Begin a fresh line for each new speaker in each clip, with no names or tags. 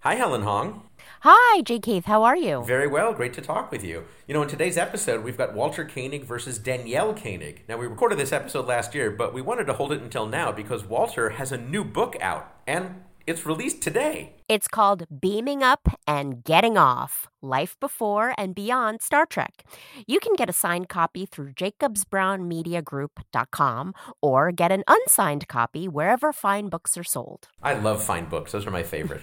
Hi, Helen Hong.
Hi, J. Keith. How are you?
Very well. Great to talk with you. You know, in today's episode, we've got Walter Koenig versus Danielle Koenig. Now, we recorded this episode last year, but we wanted to hold it until now because Walter has a new book out and it's released today.
It's called Beaming Up and Getting Off Life Before and Beyond Star Trek. You can get a signed copy through jacobsbrownmediagroup.com or get an unsigned copy wherever fine books are sold.
I love fine books. Those are my favorite.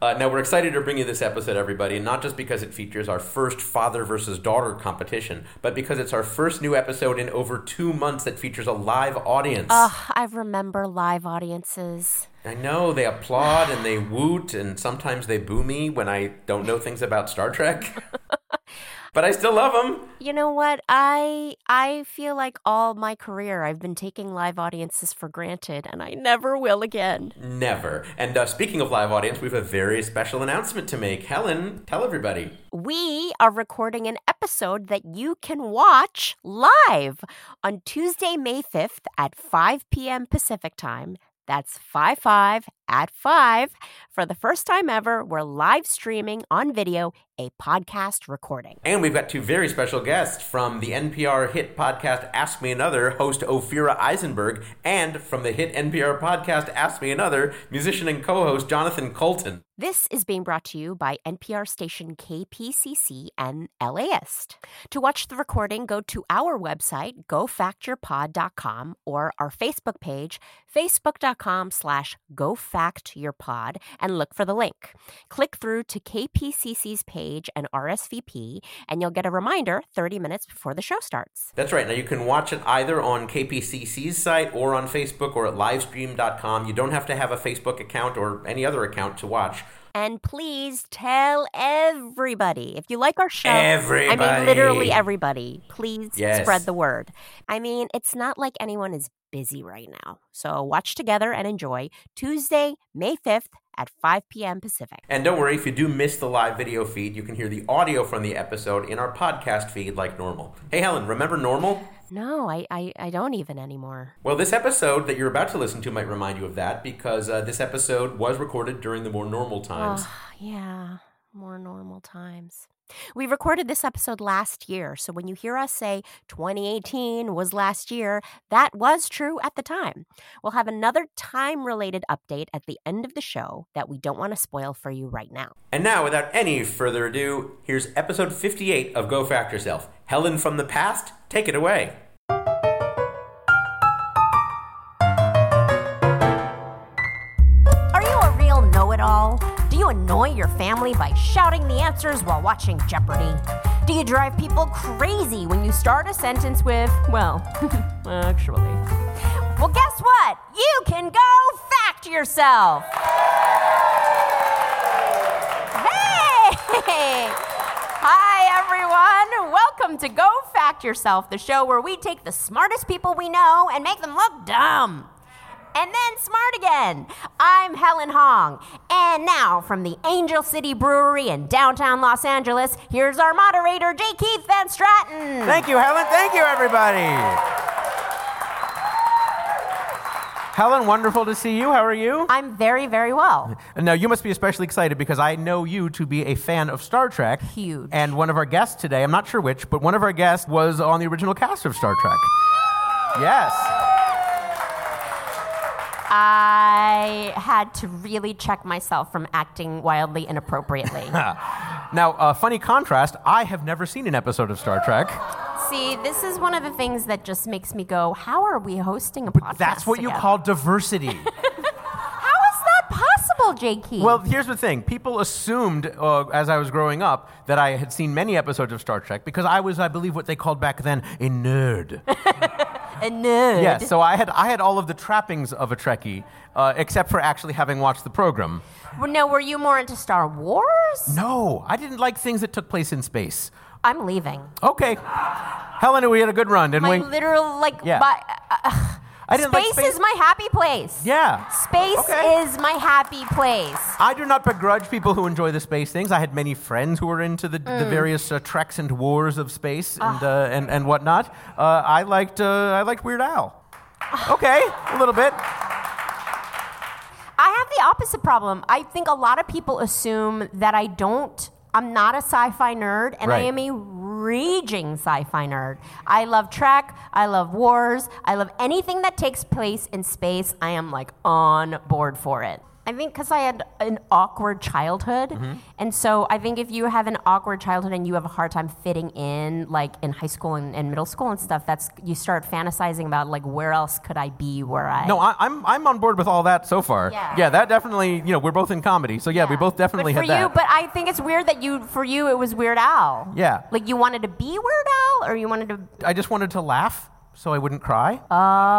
uh, now, we're excited to bring you this episode, everybody, not just because it features our first father versus daughter competition, but because it's our first new episode in over two months that features a live audience.
Ugh, I remember live audiences.
I know they applaud and they woot, and sometimes they boo me when I don't know things about Star Trek. but I still love them.
You know what? I I feel like all my career I've been taking live audiences for granted and I never will again.
Never. And uh, speaking of live audience, we have a very special announcement to make. Helen, tell everybody.
We are recording an episode that you can watch live on Tuesday, May 5th at 5 p.m. Pacific time. That's 5 5 at 5. For the first time ever, we're live streaming on video a podcast recording.
And we've got two very special guests from the NPR hit podcast Ask Me Another host Ophira Eisenberg and from the hit NPR podcast Ask Me Another musician and co host Jonathan Colton.
This is being brought to you by NPR station KPCC and LAist. To watch the recording, go to our website, gofactyourpod.com, or our Facebook page, facebook.com slash gofactyourpod, and look for the link. Click through to KPCC's page and RSVP, and you'll get a reminder 30 minutes before the show starts.
That's right. Now you can watch it either on KPCC's site or on Facebook or at livestream.com. You don't have to have a Facebook account or any other account to watch.
And please tell everybody if you like our show. I
Everybody.
mean, literally everybody. Please
Yes.
spread the word. I mean, it's not like anyone is busy right now. So watch together and enjoy Tuesday, May 5th at 5 p.m. Pacific.
And don't worry, if you do miss the live video feed, you can hear the audio from the episode in our podcast feed like normal. Hey, Helen, remember normal?
No, I, I, I don't even anymore.
Well, this episode that you're about to listen to might remind you of that because uh, this episode was recorded during the more normal times.
Ah, yeah, more normal times. We recorded this episode last year, so when you hear us say 2018 was last year, that was true at the time. We'll have another time related update at the end of the show that we don't want to spoil for you right now.
And now, without any further ado, here's episode 58 of Go Fact Yourself. Helen from the past, take it away.
Are you a real know it all? Do you annoy your family by shouting the answers while watching Jeopardy? Do you drive people crazy when you start a sentence with, well, actually? Well, guess what? You can go fact yourself! Hey! Hi, everyone! Welcome to Go Fact Yourself, the show where we take the smartest people we know and make them look dumb. And then smart again. I'm Helen Hong. And now from the Angel City Brewery in downtown Los Angeles, here's our moderator, J. Keith Van Stratton.
Thank you, Helen. Thank you, everybody. Helen, wonderful to see you. How are you?
I'm very, very well.
Now, you must be especially excited because I know you to be a fan of Star Trek.
Huge.
And one of our guests today, I'm not sure which, but one of our guests was on the original cast of Star Trek. Yes.
I had to really check myself from acting wildly inappropriately.
Now, uh, funny contrast, I have never seen an episode of Star Trek.
See, this is one of the things that just makes me go, how are we hosting a podcast?
That's what you
together?"
call diversity.
How is that possible, J. Keith?
Well, here's the thing. People assumed uh, as I was growing up that I had seen many episodes of Star Trek because I was, I believe, what they called back then a nerd.
a nerd.
yes, so I had, I had all of the trappings of a Trekkie, uh, except for actually having watched the program.
Well, no, were you more into Star Wars?
No, I didn't like things that took place in space.
I'm leaving.
Okay. Helen, we had a good run, didn't
My
we?
literal, like,
Yeah.
my, uh,
I
space,
didn't like space.
is my happy place.
yeah.
Space
Okay.
is my happy place.
I do not begrudge people who enjoy the space things. I had many friends who were into the, the
Mm.
various uh, treks and wars of space
Ah.
and, uh, and, and whatnot. Uh, I, liked, uh, I
Ah.
liked Weird Al. Okay, a little bit.
I have the opposite problem. I think a lot of people assume that I don't. I'm not a sci-fi nerd, and I
Right.
am a raging sci-fi nerd. I love Trek. I love wars. I love anything that takes place in space. I am like on board for it. I think because I had an awkward childhood,
Mm-hmm.
and so I think if you have an awkward childhood and you have a hard time fitting in, like in high school and, and middle school and stuff, that's you start fantasizing about like where else could I be where I
No, I, I'm I'm on board with all that so far.
Yeah.
that definitely. You know, we're both in comedy, so yeah, we both definitely
but
had
for
that.
you, but I think it's weird that you for you it was Weird Al.
Yeah.
like you wanted to be Weird Al, or you wanted to.
I just wanted to laugh so I wouldn't cry.
Uh,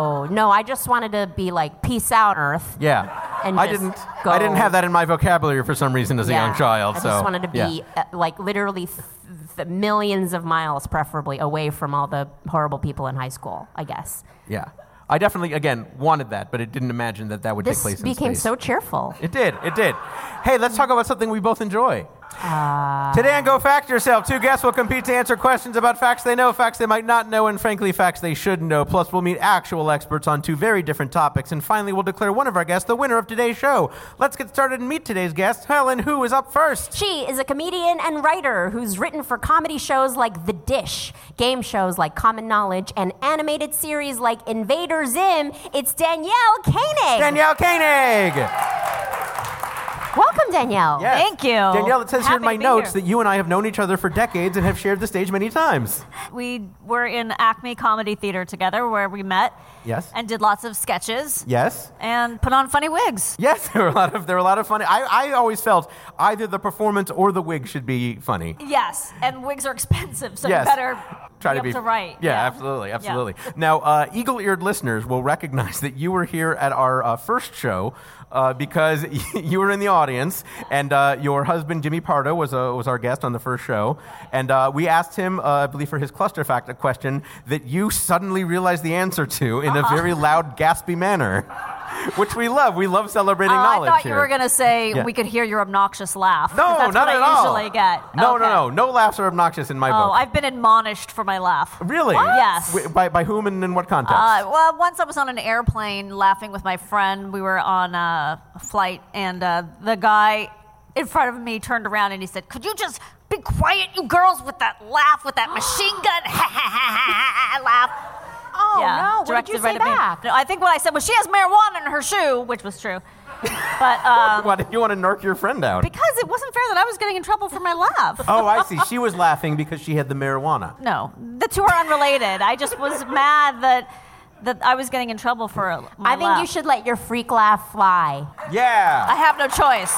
Oh no, I just wanted to be like peace out Earth.
yeah,
and
I
just
didn't.
go.
I didn't have that in my vocabulary for some reason as a young child.
I
so
just wanted to be
yeah.
uh, like literally th- th- millions of miles, preferably away from all the horrible people in high school. I guess
Yeah, I definitely again wanted that, but it didn't imagine that that would take
this
place.
became
in space.
so cheerful.
It did. It did. Hey, let's talk about something we both enjoy.
Ah.
Today on Go Fact Yourself, two guests will compete to answer questions about facts they know, facts they might not know, and frankly, facts they should know. Plus, we'll meet actual experts on two very different topics. And finally, we'll declare one of our guests the winner of today's show. Let's get started and meet today's guest, Helen, who is up first.
She is a comedian and writer who's written for comedy shows like The Dish, game shows like Common Knowledge, and animated series like Invader Zim. It's Danielle Koenig.
Danielle Koenig.
Welcome, Danielle.
Yes.
Thank you.
Danielle, it says here in
Happy
my
to be
notes
here.
that you and I have known each other for decades and have shared the stage many times.
We were in Acme Comedy Theater together where we met
Yes.
and did lots of sketches
yes.
and put on funny wigs.
Yes, there were a lot of there were a lot of funny. I, I always felt either the performance or the wig should be funny.
Yes, and wigs are expensive, so
yes,
you better
try
be
to
up
be
to right.
Yeah, absolutely, absolutely. Now, uh, eagle-eared listeners will recognize that you were here at our uh, first show uh, because you were in the audience, and uh, your husband Jimmy Pardo was uh, was our guest on the first show, and uh, we asked him, uh, I believe, for his cluster fact, a question that you suddenly realized the answer to in
Uh-uh.
a very loud, gaspy manner, which we love. We love celebrating
Oh, I
knowledge.
thought you
here.
were going to say
Yeah.
we could hear your obnoxious laugh. 'cause
No,
that's
not
what
at
I
all.
usually get.
No,
Okay.
no, no, no laughs are obnoxious in my
Oh,
book.
I've been admonished for my laugh.
really?
Yes.
Wi- by, by whom and in what context?
Uh, well, once I was on an airplane laughing with my friend. We were on uh, a flight, and uh, the guy in front of me turned around and he said, "Could you just be quiet, you girls, with that laugh, with that machine gun laugh?"
Oh, no. What did
directed
you
right
say
at me.
back?
No, I think what I said was, "She has marijuana in her shoe," which was true, but um,
Why did you want to narc your friend out?
because it wasn't fair that I was getting in trouble for my laugh.
oh, I see. She was laughing because she had the marijuana.
No, the two are unrelated. I just was mad that. That I was getting in trouble for.
I
My
think you
laugh.
should let your freak laugh fly.
I
Yeah.
have no choice.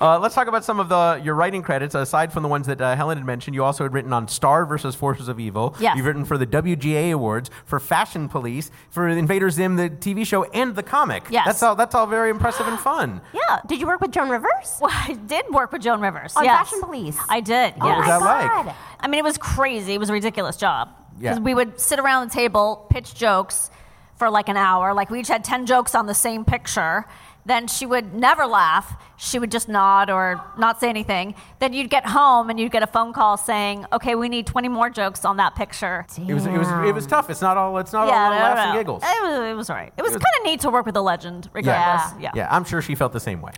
Uh, let's talk about some of the your writing credits. Aside from the ones that uh, Helen had mentioned, you also had written on Star versus Forces of Evil.
Yes.
You've written for the WGA Awards, for Fashion Police, for Invader Zim, the TV show, and the comic.
Yes.
That's all. That's all very impressive and fun.
Yeah.
Did you work with Joan Rivers?
Well, I did work with Joan Rivers.
On
yes.
Fashion Police.
I did.
Oh
yes.
was
my
that like?
God.
I mean, it was crazy. It was a ridiculous job.
Yeah.
Because we would sit around the table, pitch jokes for like an hour. Like we each had 10 jokes on the same picture. Then she would never laugh. She would just nod or not say anything. Then you'd get home and you'd get a phone call saying, okay, we need 20 more jokes on that picture.
It was. It was. It was tough. It's not all. It's not all
no,
laughs
no,
and
no.
giggles.
It was, it was all right. It was, kind of neat to work with a legend, regardless. Yeah.
yeah. I'm sure she felt the same way.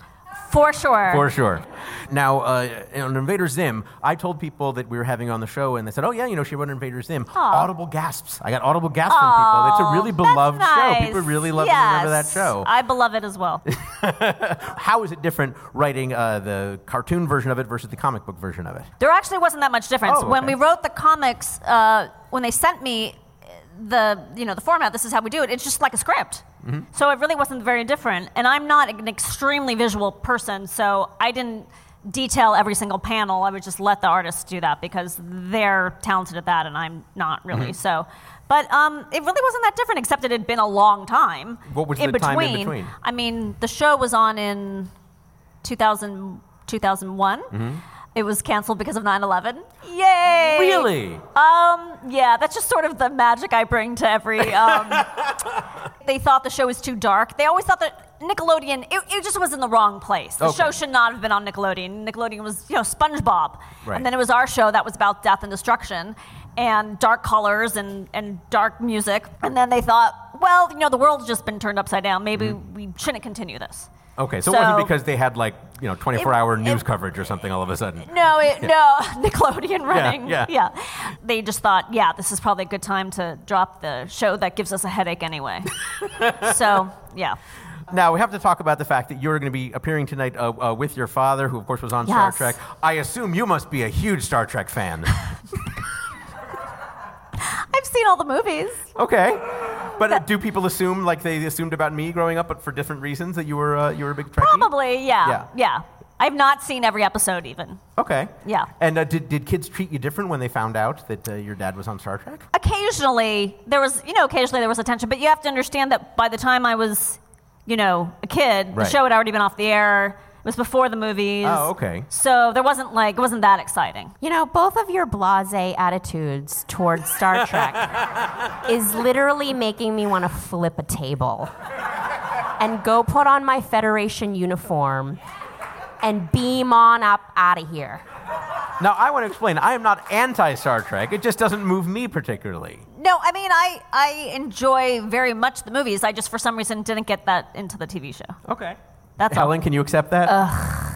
For sure.
For sure. Now, uh, on Invader Zim, I told people that we were having on the show, and they said, "Oh yeah, you know, she wrote Invader Zim." Audible gasps. I got audible gasps from people. It's a really
That's
beloved show.
nice.
People really love
yes.
and remember that show.
I beloved it as well.
How is it different writing uh, the cartoon version of it versus the comic book version of it?
There actually wasn't that much difference.
Oh,
When
okay.
we wrote the comics, uh, when they sent me the you know the format, this is how we do it. It's just like a script.
Mm-hmm.
So it really wasn't very different. And I'm not an extremely visual person, so I didn't detail every single panel. I would just let the artists do that because they're talented at that, and I'm not really.
Mm-hmm.
So. But um, it really wasn't that different, except it had been a long time.
What was
in
the
between.
time in between?
I mean, the show was on in 2000, 2001.
Mm-hmm.
It was canceled because of 9 11. Yay!
Really?
Um, yeah, that's just sort of the magic I bring to every. Um, they thought the show was too dark. They always thought that Nickelodeon, it, it just was in the wrong place. The
Okay.
show should not have been on Nickelodeon. Nickelodeon was, you know, SpongeBob.
Right.
And then it was our show that was about death and destruction and dark colors and, and dark music. And then they thought well, you know, the world's just been turned upside down. Maybe
Mm-hmm.
we shouldn't continue this.
Okay, so, it wasn't
So-
because they had like you know 24-hour
It-
news
it-
coverage or something all of a sudden.
No, it, no, Nickelodeon running.
yeah.
They just thought, yeah, this is probably a good time to drop the show that gives us a headache anyway. so, yeah.
Now we have to talk about the fact that you're going to be appearing tonight uh, uh, with your father, who of course was on
Yes.
Star Trek. I assume you must be a huge Star Trek fan.
I've seen all the movies.
okay, but uh, do people assume like they assumed about me growing up, but for different reasons that you were uh, you were a big Trekkie?
Probably, yeah.
Yeah.
Yeah. I've not seen every episode even.
Okay.
Yeah.
And uh, did did kids treat you different when they found out that uh, your dad was on Star Trek?
Occasionally, there was, you know, occasionally there was attention, but you have to understand that by the time I was, you know, a kid,
Right.
the show had already been off the air. It was before the movies.
Oh, okay.
So there wasn't like, it wasn't that exciting.
You know, both of your blase attitudes towards Star Trek is literally making me want to flip a table and go put on my Federation uniform and beam on up out of here.
Now I want to explain. I am not anti Star Trek. It just doesn't move me particularly.
No, I mean I I enjoy very much the movies. I just for some reason didn't get that into the TV show.
Okay.
That's
Helen, can you accept that?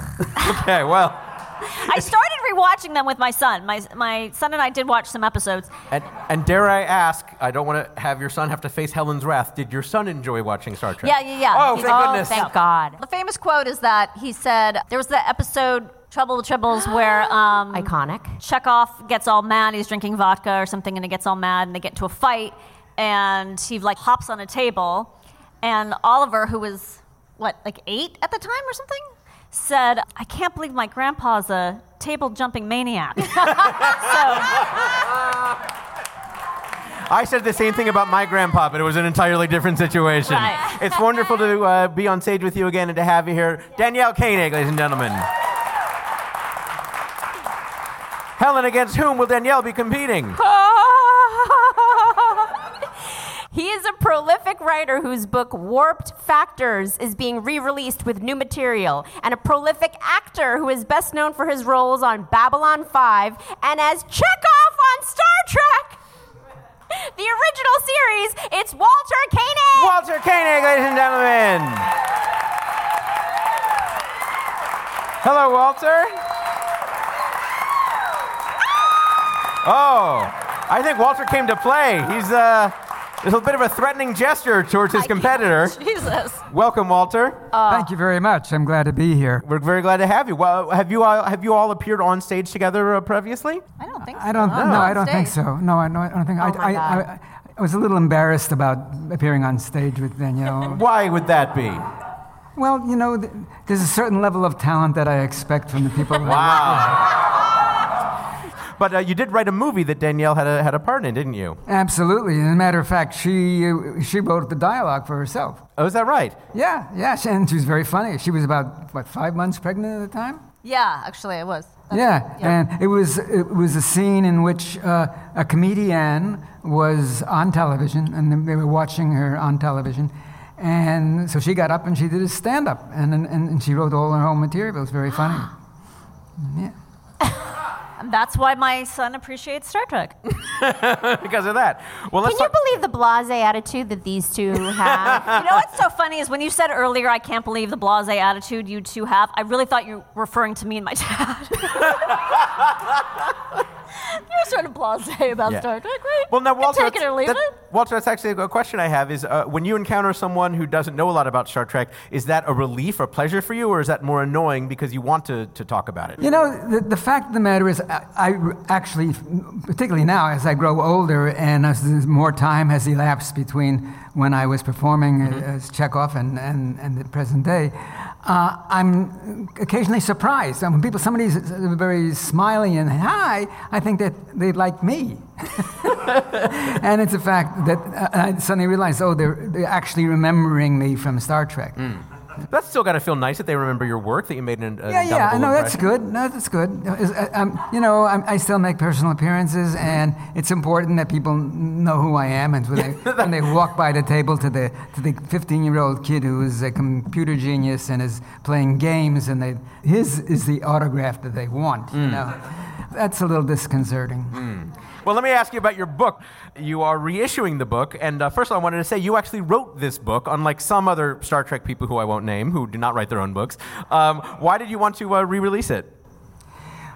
okay. Well.
all. I started rewatching them with my son. My my son and I did watch some episodes.
And, and dare I ask, I don't want to have your son have to face Helen's wrath. Did your son enjoy watching Star Trek?
Yeah, yeah, yeah.
Oh,
He-
thank
oh,
goodness.
Thank God.
The famous quote is that he said there was the episode Trouble with Tribbles where um
Iconic.
Chekhov gets all mad. He's drinking vodka or something, and he gets all mad, and they get into a fight, and he like hops on a table, and Oliver, who was what like eight at the time or something, said, "I can't believe my grandpa's a table jumping maniac." so
I said the same thing about my grandpa, but it was an entirely different situation.
Right.
It's wonderful to uh, be on stage with you again and to have you here. Danielle Koenig, ladies and gentlemen. Helen, against whom will Danielle be competing?
He is a prolific writer whose book Warped Factors is being re released with new material, and a prolific actor who is best known for his roles on Babylon 5 and as Chekhov on Star Trek. The original series, it's Walter Koenig!
Walter Koenig, ladies and gentlemen. Hello, Walter. Oh, I think Walter came to play. He's uh, a little bit of a threatening gesture towards his competitor.
Jesus,
Welcome, Walter.
Thank you very much. I'm glad to be here.
We're very glad to have you. Well, have you all, have you all appeared on stage together uh, previously?
I don't think so.
I don't.
I'm
No,
on
I don't think
stage.
so. No, I, no, I don't think. I,
Oh, my
I,
God.
I, I was a little embarrassed about appearing on stage with Danielle.
Why would that be?
well, you know, th- there's a certain level of talent that I expect from the people. that I
Wow. But uh, you did write a movie that Danielle had a, had a part in, didn't you?
Absolutely. As a matter of fact, she uh, she wrote the dialogue for herself.
Oh, is that right?
Yeah, yeah, she, and she was very funny. She was about what five months pregnant at the time.
Yeah, actually, it was.
Yeah, and it was it was a scene in which uh, a comedian was on television, and then they were watching her on television, and so she got up and she did a stand up, and, and and she wrote all her own material. It was very funny. yeah.
And that's why my son appreciates Star Trek.
Because of that. Well, let's
Can you
talk-
believe the blase attitude that these two have?
You know what's so funny is when you said earlier, I can't believe the blase attitude you two have, I really thought you were referring to me and my dad. You're sort of blase about
Yeah.
Star Trek, right?
Well, now,
You
Walter,
Take it or leave
that-
it.
Walter, that's actually a question I have is uh, when you encounter someone who doesn't know a lot about Star Trek, is that a relief or pleasure for you, or is that more annoying because you want to, to talk about it?
You know, the, the fact of the matter is, I, I actually, particularly now as I grow older and as there's more time has elapsed between when I was performing as Chekhov and, and, and the present day, uh, I'm occasionally surprised. And When people, somebody's very smiley and hi, I think that they like me. and it's a fact that uh, I suddenly realized, oh, they're, they're actually remembering me from Star Trek.
That's still got to feel nice that they remember your work, that you made an, an
Yeah, yeah, I
indelible
know that's
impression.
good. No, that's good. No, is- I- I'm- you know, I'm, I still make personal appearances, and it's important that people know who I am. And when they, when they walk by the table to the to the 15 year old kid who is a computer genius and is playing games, and they, his is the autograph that they want. You know, that's a little disconcerting.
Well, let me ask you about your book. You are reissuing the book, and uh, first of all, I wanted to say you actually wrote this book, unlike some other Star Trek people who I won't name who do not write their own books. Um, why did you want to uh, re-release it?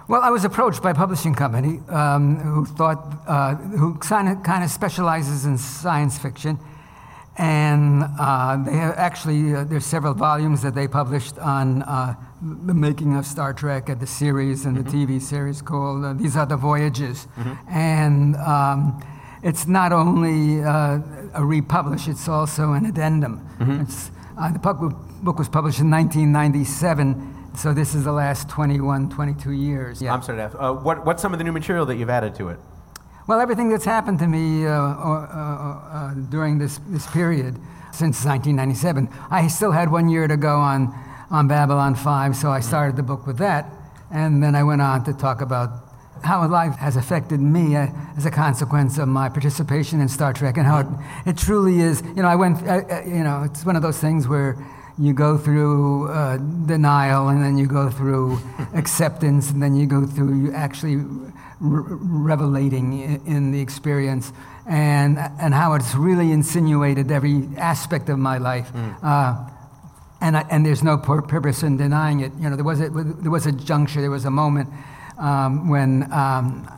Well, I was approached by a publishing company um, who thought, uh, who kind of, kind of specializes in science fiction. And uh, they have actually, uh, there's several volumes that they published on uh, the making of Star Trek and the series and the TV series called uh, These Are the Voyages. And um, it's not only uh, a republish, it's also an addendum. It's, uh, the book, book was published in 1997, so this is the last 21, 22 years. Yeah.
I'm sorry to ask. Uh, what, what's some of the new material that you've added to it?
Well, everything that's happened to me uh, uh, uh, uh, during this, this period since 1997, I still had one year to go on, on Babylon 5, so I started the book with that. And then I went on to talk about how life has affected me uh, as a consequence of my participation in Star Trek and how it, it truly is. You know, I went, uh, uh, you know, it's one of those things where you go through uh, denial and then you go through acceptance and then you go through actually re- revelating in, in the experience and, and how it's really insinuated every aspect of my life.
Mm.
Uh, and, I, and there's no pur- purpose in denying it. You know, there was a, there was a juncture, there was a moment um, when, um,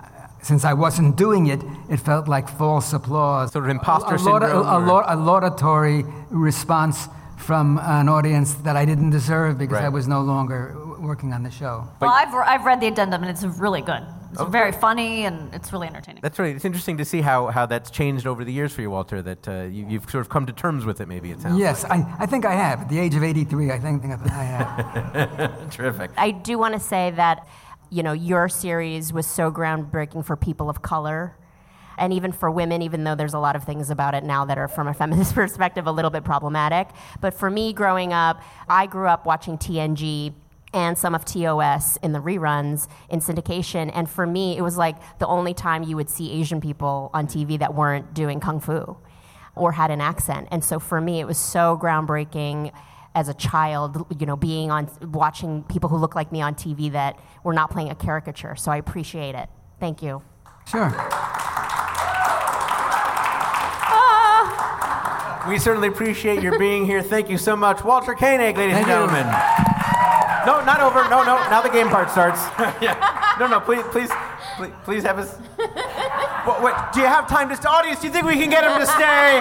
since I wasn't doing it, it felt like false applause.
Sort of imposter
a, a laud-
syndrome
a, a
or-
laud- a laudatory response from an audience that I didn't deserve because I
Right.
was no longer w- working on the show.
Well, I've, re- I've read the addendum and it's really good. It's very funny and it's really entertaining.
That's right. It's interesting to see how, how that's changed over the years for you, Walter, that uh, you, you've sort of come to terms with it, maybe it sounds.
Yes, I, I think I have. At the age of 83, I think I have.
Terrific.
I do want to say that, you know, your series was so groundbreaking for people of color and even for women, even though there's a lot of things about it now that are, from a feminist perspective, a little bit problematic. But for me, growing up, I grew up watching TNG and some of TOS in the reruns in syndication. And for me, it was like the only time you would see Asian people on TV that weren't doing kung fu or had an accent. And so for me, it was so groundbreaking as a child, you know, being on, watching people who look like me on TV that were not playing a caricature. So I appreciate it. Thank you.
sure.
We certainly appreciate your being here. Thank you so much, Walter Koenig, ladies and
Thank you.
gentlemen. No, not over. No, no. Now the game part starts. Yeah. No, no. Please, please, please, please have us. Wha- Wait, do you have time to? St- audience, do you think we can get him to stay?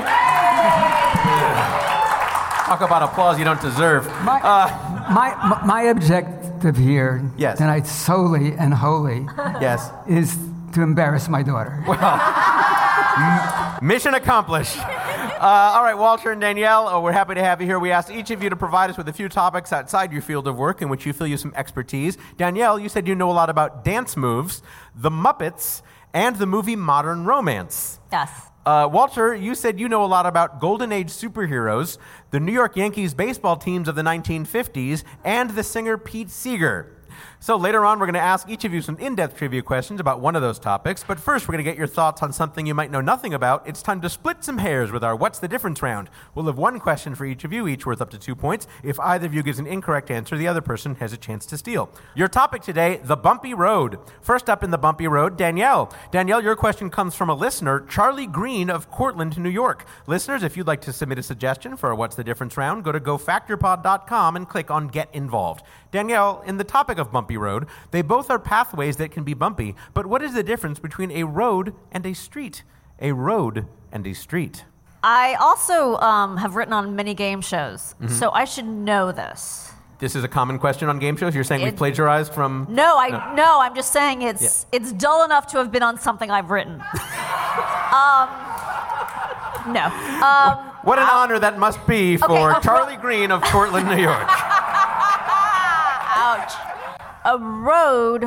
Talk about applause you don't deserve.
My, my, my objective here
Uh. Yes.
tonight, solely and wholly,
Yes.
is to embarrass my daughter.
Mission accomplished. Uh, all right, Walter and Danielle, uh, we're happy to have you here. We asked each of you to provide us with a few topics outside your field of work in which you feel you have some expertise. Danielle, you said you know a lot about dance moves, the Muppets, and the movie Modern Romance.
Yes.
Uh, Walter, you said you know a lot about Golden Age superheroes, the New York Yankees baseball teams of the 1950s, and the singer Pete Seeger. So later on, we're going to ask each of you some in depth trivia questions about one of those topics. But first, we're going to get your thoughts on something you might know nothing about. It's time to split some hairs with our What's the Difference round. We'll have one question for each of you, each worth up to two points. If either of you gives an incorrect answer, the other person has a chance to steal. Your topic today the bumpy road. First up in the bumpy road, Danielle. Danielle, your question comes from a listener, Charlie Green of Cortland, New York. Listeners, if you'd like to submit a suggestion for a What's the Difference round, go to gofactorpod.com and click on Get Involved. Danielle, in the topic of bumpy road, they both are pathways that can be bumpy, but what is the difference between a road and a street? A road and a street.
I also um, have written on many game shows,
Mm-hmm.
so I should know this.
This is a common question on game shows. You're saying we
It-
plagiarized from.
No, I no. I'm just saying it's it's dull enough to have been on something I've written. um, no. Um,
What an honor that must be for
okay, a
Charlie
ro-
Green of Cortland, New York.
Ah, ouch. A road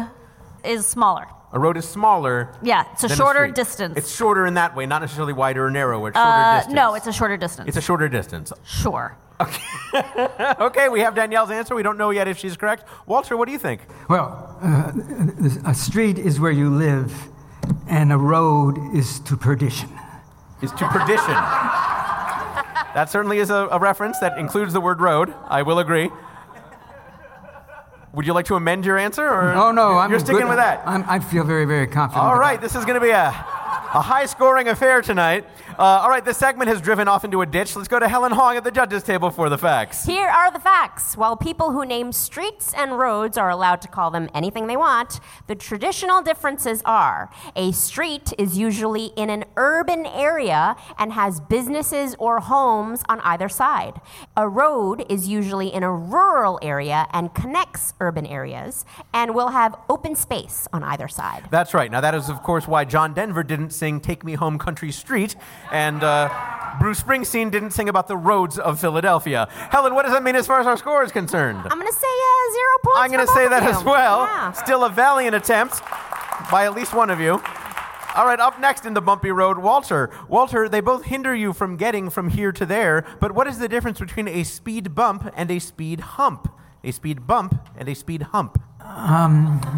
is smaller.
A road is smaller.
Yeah, it's a
than
shorter
street.
distance.
It's shorter in that way, not necessarily wider or narrow. It's shorter
Uh,
distance.
no, it's a shorter distance.
It's a shorter distance.
sure.
Okay, we have Danielle's answer. We don't know yet if she's correct. Walter, what do you think?
Well, uh, a street is where you live, and a road is to perdition.
Is to perdition. that certainly is a, a reference that includes the word road. I will agree. Would you like to amend your answer? Or
Oh no, I'm
you're sticking
good-
with that.
I'm, I feel very, very confident.
All
about
right, this is going to be a, a high scoring affair tonight. Uh, all right, this segment has driven off into a ditch. Let's go to Helen Hong at the judges' table for the facts.
Here are the facts. While people who name streets and roads are allowed to call them anything they want, the traditional differences are a street is usually in an urban area and has businesses or homes on either side. A road is usually in a rural area and connects urban areas and will have open space on either side.
That's right. Now, that is, of course, why John Denver didn't sing Take Me Home Country Street, and uh, Bruce Springsteen didn't sing about the roads of Philadelphia. Helen, what does that mean as far as our score is concerned?
I'm going to say uh, zero points.
I'm going to
for both
say
of
that
you.
as well.
Yeah.
Still a valiant attempt by at least one of you. All right, up next in the bumpy road, Walter. Walter, they both hinder you from getting from here to there, but what is the difference between a speed bump and a speed hump? A speed bump and a speed hump.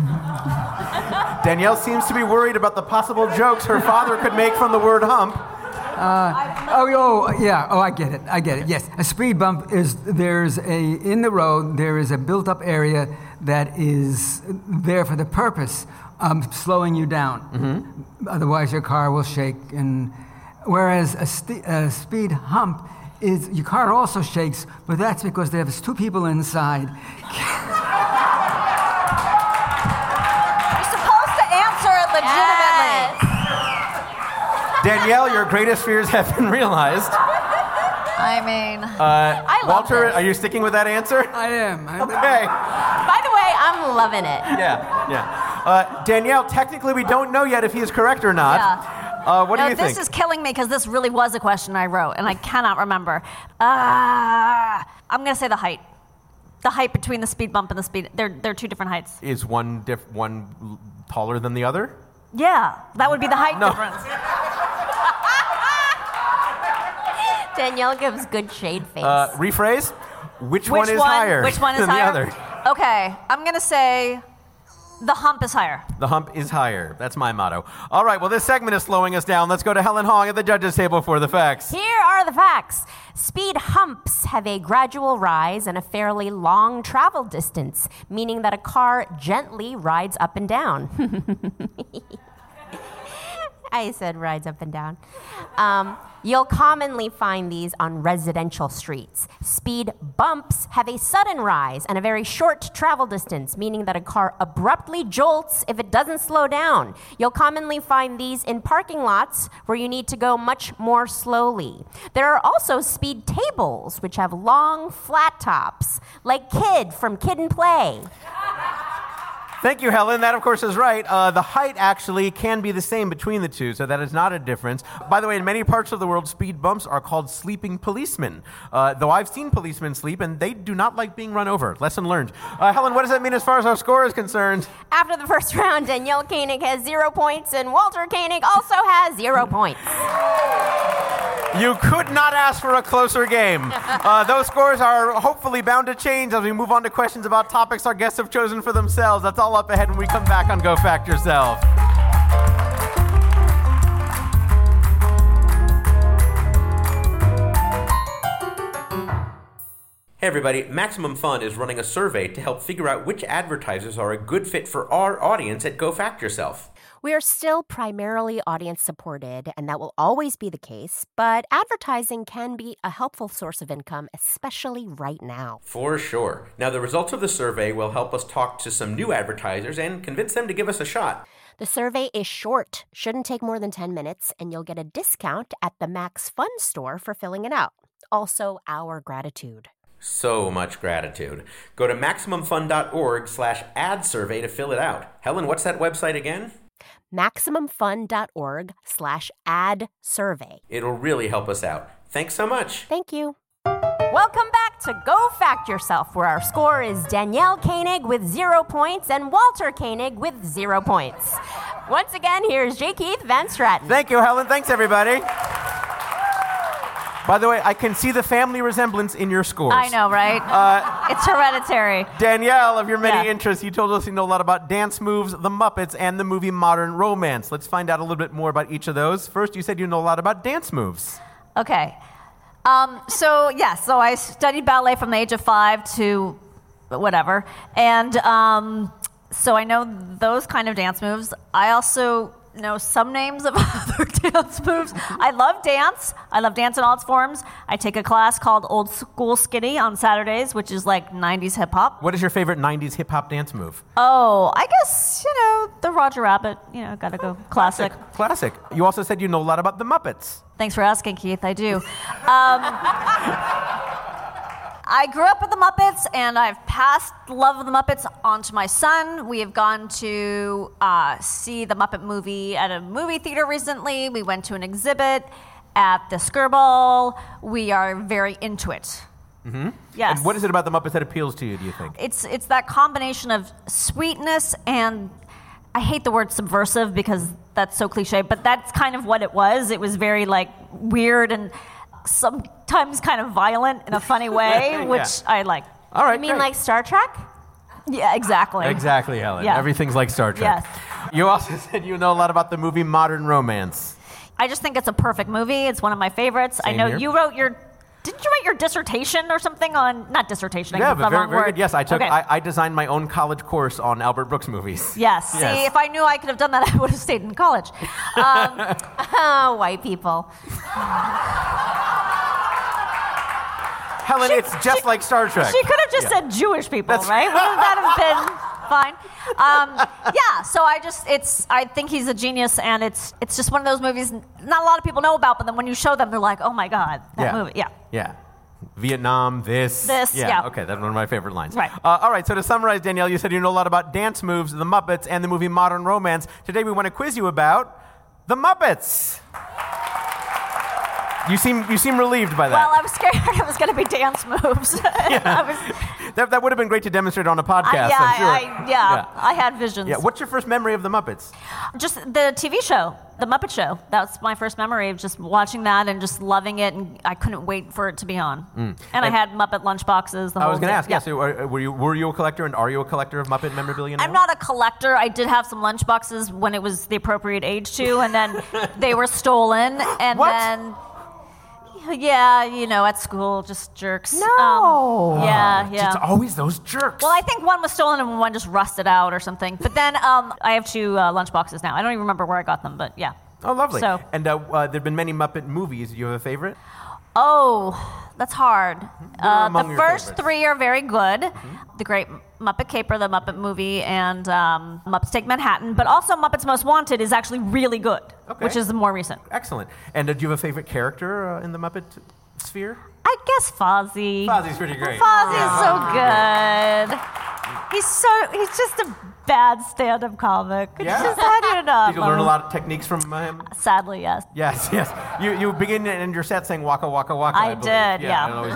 Um. Danielle seems to be worried about the possible jokes her father could make from the word hump.
Oh, yo, yeah. Oh, I get it. I get it. Yes, a speed bump is there's a in the road there is a built-up area that is there for the purpose of slowing you down. Mm-hmm. Otherwise, your car will shake. And whereas a, sti a speed hump is your car also shakes, but that's because there's two people inside.
You're supposed to answer it legitimately.
Danielle, your greatest fears have been realized.
I mean,
Uh,
I love
Walter,
this.
are you sticking with that answer?
I am. I,
Okay.
By the way, I'm loving it.
Yeah, yeah. Uh, Danielle, technically, we don't know yet if he is correct or not. Uh, what
no,
do you
this
think?
is killing me because this really was a question I wrote and I cannot remember. Ah, I'm gonna say the height. The height between the speed bump and the speed. They're they're two different heights.
Is one diff- one l- taller than the other?
Yeah, that would be the height
No.
difference.
Danielle gives good shade face.
Uh, rephrase. Which, one is higher
Which one is
than
higher?
the other?
Okay, I'm gonna say the hump is higher.
The hump is higher. That's my motto. All right. Well, this segment is slowing us down. Let's go to Helen Hong at the judges' table for the facts.
Here are the facts. Speed humps have a gradual rise and a fairly long travel distance, meaning that a car gently rides up and down. I said rides up and down. Um, you'll commonly find these on residential streets. Speed bumps have a sudden rise and a very short travel distance, meaning that a car abruptly jolts if it doesn't slow down. You'll commonly find these in parking lots where you need to go much more slowly. There are also speed tables, which have long, flat tops, like Kid from Kid and Play.
Thank you, Helen. That, of course, is right. Uh, the height actually can be the same between the two, so that is not a difference. By the way, in many parts of the world, speed bumps are called sleeping policemen. Uh, though I've seen policemen sleep, and they do not like being run over. Lesson learned. Uh, Helen, what does that mean as far as our score is concerned?
After the first round, Danielle Koenig has zero points, and Walter Koenig also has zero points.
You could not ask for a closer game. Uh, those scores are hopefully bound to change as we move on to questions about topics our guests have chosen for themselves. That's all up ahead when we come back on Go Fact Yourself.
Hey everybody, Maximum Fun is running a survey to help figure out which advertisers are a good fit for our audience at Go Fact Yourself.
We are still primarily audience supported, and that will always be the case, but advertising can be a helpful source of income, especially right now.
For sure. Now, the results of the survey will help us talk to some new advertisers and convince them to give us a shot.
The survey is short, shouldn't take more than 10 minutes, and you'll get a discount at the Max Fun store for filling it out. Also, our gratitude.
So much gratitude. Go to MaximumFun.org slash ad survey to fill it out. Helen, what's that website again?
MaximumFun.org slash ad survey.
It'll really help us out. Thanks so much.
Thank you. Welcome back to Go Fact Yourself, where our score is Danielle Koenig with zero points and Walter Koenig with zero points. Once again, here's J. Keith Van Straten.
Thank you, Helen. Thanks, everybody. By the way, I can see the family resemblance in your scores.
I know, right? it's hereditary.
Danielle, of your many
Yeah.
interests, you told us you know a lot about dance moves, the Muppets, and the movie Modern Romance. Let's find out a little bit more about each of those. First, you said you know a lot about dance moves.
Okay. Um, so yes, so I studied ballet from the age of five to whatever. And um, so I know those kind of dance moves. I also know some names of other dance moves. I love dance. I love dance in all its forms. I take a class called Old School Skinny on Saturdays, which is like 90s hip hop.
What is your favorite 90s hip hop dance move?
Oh, I guess, you know, the Roger Rabbit, you know, gotta go classic.
Classic. You also said you know a lot about the Muppets.
Thanks for asking, Keith. I do. Um, I grew up with the Muppets, and I've passed love of the Muppets on to my son. We have gone to uh, see the Muppet movie at a movie theater recently. We went to an exhibit at the Skirball. We are very into it. Mm-hmm. Yes.
And what is it about the Muppets that appeals to you, do you think?
it's it's that combination of sweetness and I hate the word subversive because that's so cliche, but that's kind of what it was. It was very like weird and sometimes kind of violent in a funny way, which I like.
All right.
I mean,
great.
like Star Trek?
Yeah, exactly.
Exactly, Helen.
Yeah.
Everything's like Star Trek.
Yes.
You also said you know a lot about the movie Modern Romance.
I just think it's a perfect movie. It's one of my favorites. I
Same
know
here.
you wrote your didn't you write your dissertation or something on not dissertation? I guess
yeah,
it's the
but very,
wrong
very
word.
good. Yes, I took.
Okay.
I, I designed my own college course on Albert Brooks movies.
Yes. See,
Yes.
if I knew I could have done that, I would have stayed in college. Um,
Oh, white people.
Helen,
She-
it's just
she-
like Star Trek.
She could have just
Yeah.
said Jewish people, right? Wouldn't that have been fine? Um, yeah. So I just, it's, I think he's a genius, and it's, it's just one of those movies not a lot of people know about, but then when you show them, they're like, oh my god, that movie. Yeah.
Yeah. Vietnam, this.
This, yeah.
Okay, that's one of my favorite lines.
Right.
Uh, all right, so to summarize, Danielle, you said you know a lot about dance moves, the Muppets, and the movie Modern Romance. Today we want to quiz you about the Muppets. You seem, you seem relieved by that.
Well, I was scared it was going to be dance moves. I was,
that, that would have been great to demonstrate on a podcast,
I, um, Uh, yeah,
am sure.
I, I, yeah,
Yeah.
I had visions.
Yeah, what's your first memory of the Muppets?
Just the TV show, The Muppet Show. That's my first memory of just watching that and just loving it, and I couldn't wait for it to be on. And, I
Mm. And-
had Muppet lunchboxes. The
I
whole
was going to
day.
ask. Yeah. So, are, were you were you a collector, and are you a collector of Muppet memorabilia? Now?
I'm not a collector. I did have some lunchboxes when it was the appropriate age to, and then they were stolen, and
What?
then. Yeah, you know, at school, just jerks. No. yeah, yeah.
It's Ah, always those jerks.
Well, I think one was stolen and one just rusted out or something. But then um, I have two uh, lunchboxes now. I don't even remember where I got them, but yeah.
oh, lovely.
So,
And uh, uh, there have been many Muppet movies. Do you have a favorite?
oh, that's hard. Uh,
among
the
your
first
favorites? Mm-hmm.
three are very good. The Great Muppet Caper, the Muppet Movie, and um, Muppets Take Manhattan. But also Muppets Most Wanted is actually really good,
Okay.
which is the more recent.
Excellent. And uh, do you have a favorite character uh, in the Muppet sphere?
I guess Fozzie.
Fozzie's pretty great.
Fozzie's
Ah.
so good. He's so he's just a bad stand-up comic. It's
Yeah.
just how do you not
Did you learn a
love
lot of techniques from him?
him? Sadly, yes.
Yes, yes. You, you begin and end your set saying waka waka waka. I,
I
believe.
did, yeah.
I always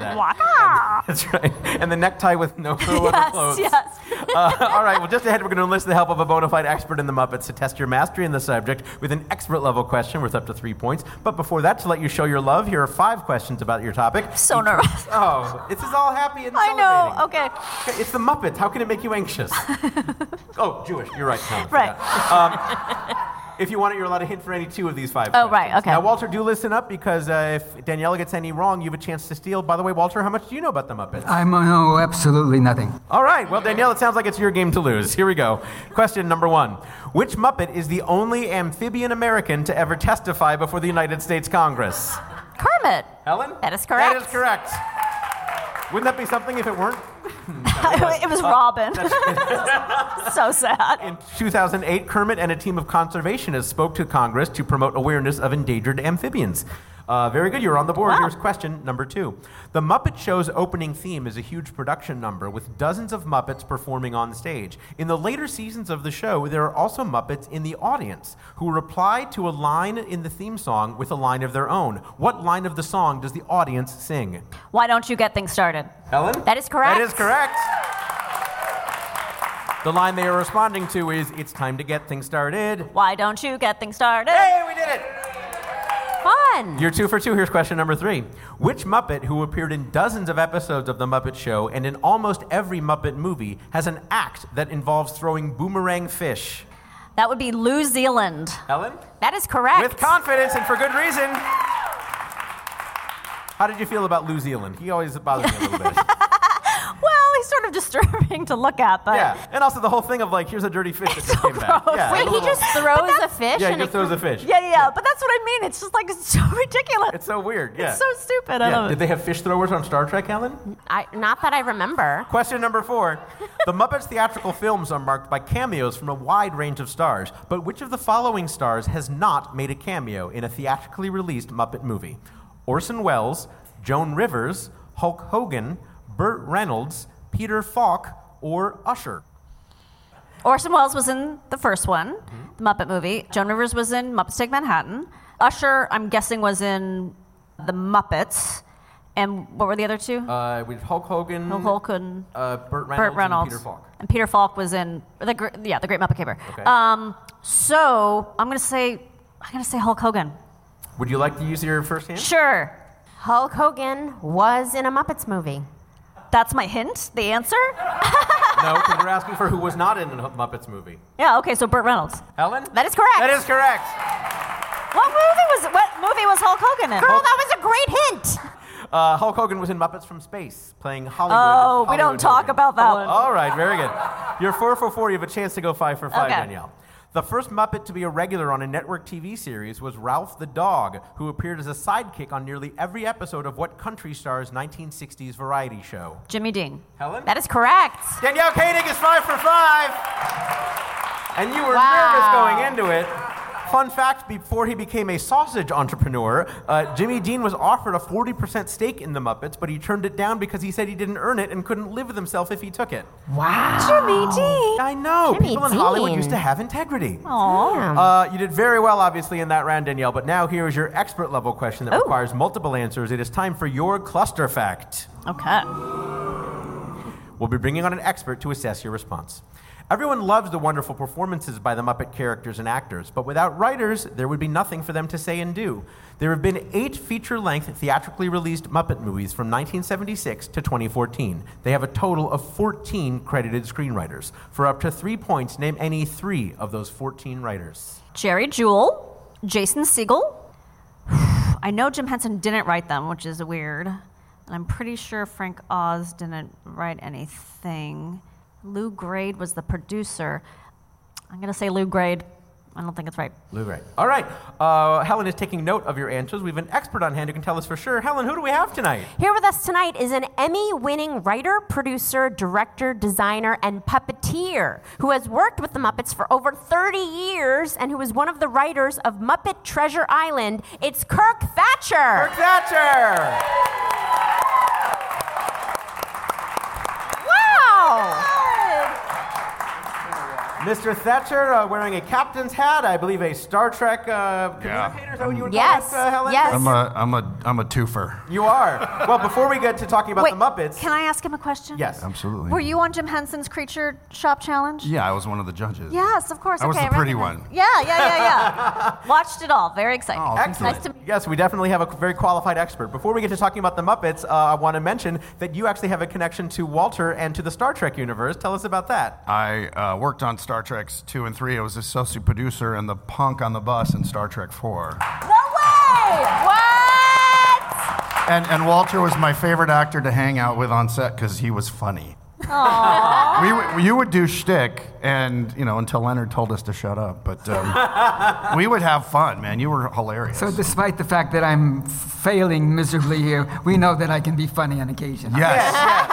that.
Waka.
That's right. And the necktie with no no other
Yes,
clothes.
yes.
Uh, all right, well, just ahead, we're going to enlist the help of a bona fide expert in the Muppets to test your mastery in the subject with an expert level question worth up to three points. But before that, to let you show your love, here are five questions about your topic.
So nervous.
Oh, this is all happy and
I know.
celebrating.
Okay.
Okay, It's the Muppets. How can it make you anxious? oh, Jewish. You're right. Tom, I
Right.
forgot. Um, if you want it, you're allowed a hint for any two of these five.
Oh, right,
questions.
okay.
Now, Walter, do listen up because uh, if Daniela gets any wrong, you have a chance to steal. By the way, Walter, how much do you know about the Muppets?
I know uh, absolutely nothing.
All right. Well, Danielle, it sounds like it's your game to lose. Here we go. Question number one Which Muppet is the only amphibian American to ever testify before the United States Congress?
Kermit.
Helen?
That is correct.
That is correct. Wouldn't that be something if it weren't?
it was Robin. so sad.
In 2008, Kermit and a team of conservationists spoke to Congress to promote awareness of endangered amphibians. Uh, very good. You're on the board.
Wow.
Here's question number two. The Muppet Show's opening theme is a huge production number with dozens of Muppets performing on stage. In the later seasons of the show, there are also Muppets in the audience who reply to a line in the theme song with a line of their own. What line of the song does the audience sing?
Why don't you get things started?
Helen?
That is correct.
That is correct. The line they are responding to is It's time to get things started.
Why don't you get things started?
Hey, we did it!
Fun.
You're two for two. Here's question number three. Which Muppet, who appeared in dozens of episodes of The Muppet Show and in almost every Muppet movie, has an act that involves throwing boomerang fish?
That would be Lou Zealand.
Helen?
That is correct.
With confidence and for good reason. How did you feel about Lou Zealand? He always bothers me a little bit.
Well, he's sort sort of disturbing to look at, but
Yeah, and also the whole thing of like, here's a dirty fish that just
so
came back.
gross.
Yeah,
Wait,
Wait, he just throws a fish.
yeah, he
and
just
it
throws a
comes-
fish.
yeah, yeah, yeah. But that's what I mean. It's just like it's so ridiculous.
it's so weird. Yeah,
It's so stupid. I
yeah.
love
Did
it.
they have fish throwers on Star Trek, Helen?
I, not that I remember.
Question number four: The Muppets theatrical films are marked by cameos from a wide range of stars, but which of the following stars has not made a cameo in a theatrically released Muppet movie? Orson Welles, Joan Rivers, Hulk Hogan, Burt Reynolds, Peter Falk, or Usher?
Orson Welles was in the first one,
Mm-hmm.
the Muppet movie. Joan Rivers was in Muppets Take Manhattan. Usher, I'm guessing, was in the Muppets. And what were the other two?
Uh, with Hulk Hogan,
No, Hulk and
uh, Burt Reynolds,
Burt Reynolds.
and Peter Falk.
And Peter Falk was in the gr- yeah the Great Muppet Caper.
Okay.
Um, so I'm gonna say I'm gonna say Hulk Hogan.
Would you like to use your first hand?
Sure,
Hulk Hogan was in a Muppets movie.
that's my hint. The answer?
No, because we're asking for who was not in the Muppets movie.
Yeah. Okay. So Burt Reynolds.
Helen?
That is correct.
That is correct.
What movie was what movie was Hulk Hogan in?
Girl, Oh, that was a great hint.
Uh, Hulk Hogan was in Muppets from Space, playing Hollywood.
Oh, we
Hollywood
don't talk
Hogan.
about that one.
All right, very good. You're four for four. You have a chance to go five for five,
Okay.
Danielle. The first Muppet to be a regular on a network TV series was Ralph the Dog, who appeared as a sidekick on nearly every episode of what country star's 1960s variety show?
Jimmy Dean.
Helen?
That is correct.
Danielle Koenig is five for five. And you were
Wow.
nervous going into it. Fun fact before he became a sausage entrepreneur, uh, Jimmy Dean was offered a 40% stake in the Muppets, but he turned it down because he said he didn't earn it and couldn't live with himself if he took it.
Jimmy G.
I know.
Jimmy
people in Hollywood
Dean.
used to have integrity.
Oh.
Uh, you did very well, obviously, in that round, Danielle, but now here is your expert level question that
Oh.
requires multiple answers. It is time for your cluster fact.
Okay.
We'll be bringing on an expert to assess your response. Everyone loves the wonderful performances by the Muppet characters and actors, but without writers, there would be nothing for them to say and do. There have been eight feature length theatrically released Muppet movies from 1976 to 2014. They have a total of 14 credited screenwriters. For up to three points, name any three of those 14 writers.
Jerry Jewell, Jason Siegel. I know Jim Henson didn't write them, which is weird. And I'm pretty sure Frank Oz didn't write anything. Lou Grade was the producer. I'm going to say Lou Grade. I don't think it's right.
Lou Gray. All right. Uh, Helen is taking note of your answers. We have an expert on hand who can tell us for sure. Helen, who do we have tonight?
Here with us tonight is an Emmy winning writer, producer, director, designer, and puppeteer who has worked with the Muppets for over 30 years and who is one of the writers of Muppet Treasure Island. It's Kirk Thatcher.
Kirk Thatcher!
Wow.
Mr. Thatcher uh, wearing a captain's hat, I believe a Star Trek uh,
Yeah.
communicator. Is that what you would
Yes,
call it, uh, Helen?
yes.
I'm a, I'm a, I'm a twofer.
You are. Well, before we get to talking about the Muppets,
can I ask him a question?
yes.
Absolutely.
Were you on Jim Henson's Creature Shop Challenge?
Yeah, I was one of the judges.
Yes, of course.
I was
okay,
the pretty
recognize-
one.
Yeah, yeah, yeah, yeah. Watched it all. Very exciting.
Oh, thank you.
nice to meet
Yes, we definitely have a very qualified expert. Before we get to talking about the Muppets, uh, I want to mention that you actually have a connection to Walter and to the Star Trek universe. Tell us about that.
I uh, worked on Star Trek's two and three. I was associate producer and the punk on the bus in Star Trek four.
No way. What?
And, and Walter was my favorite actor to hang out with on set because he was funny. We, would- you would do shtick, and you know until Leonard told us to shut up. But um, we would have fun, man. You were hilarious.
So, despite the fact that I'm failing miserably here, we know that I can be funny on occasion.
yes.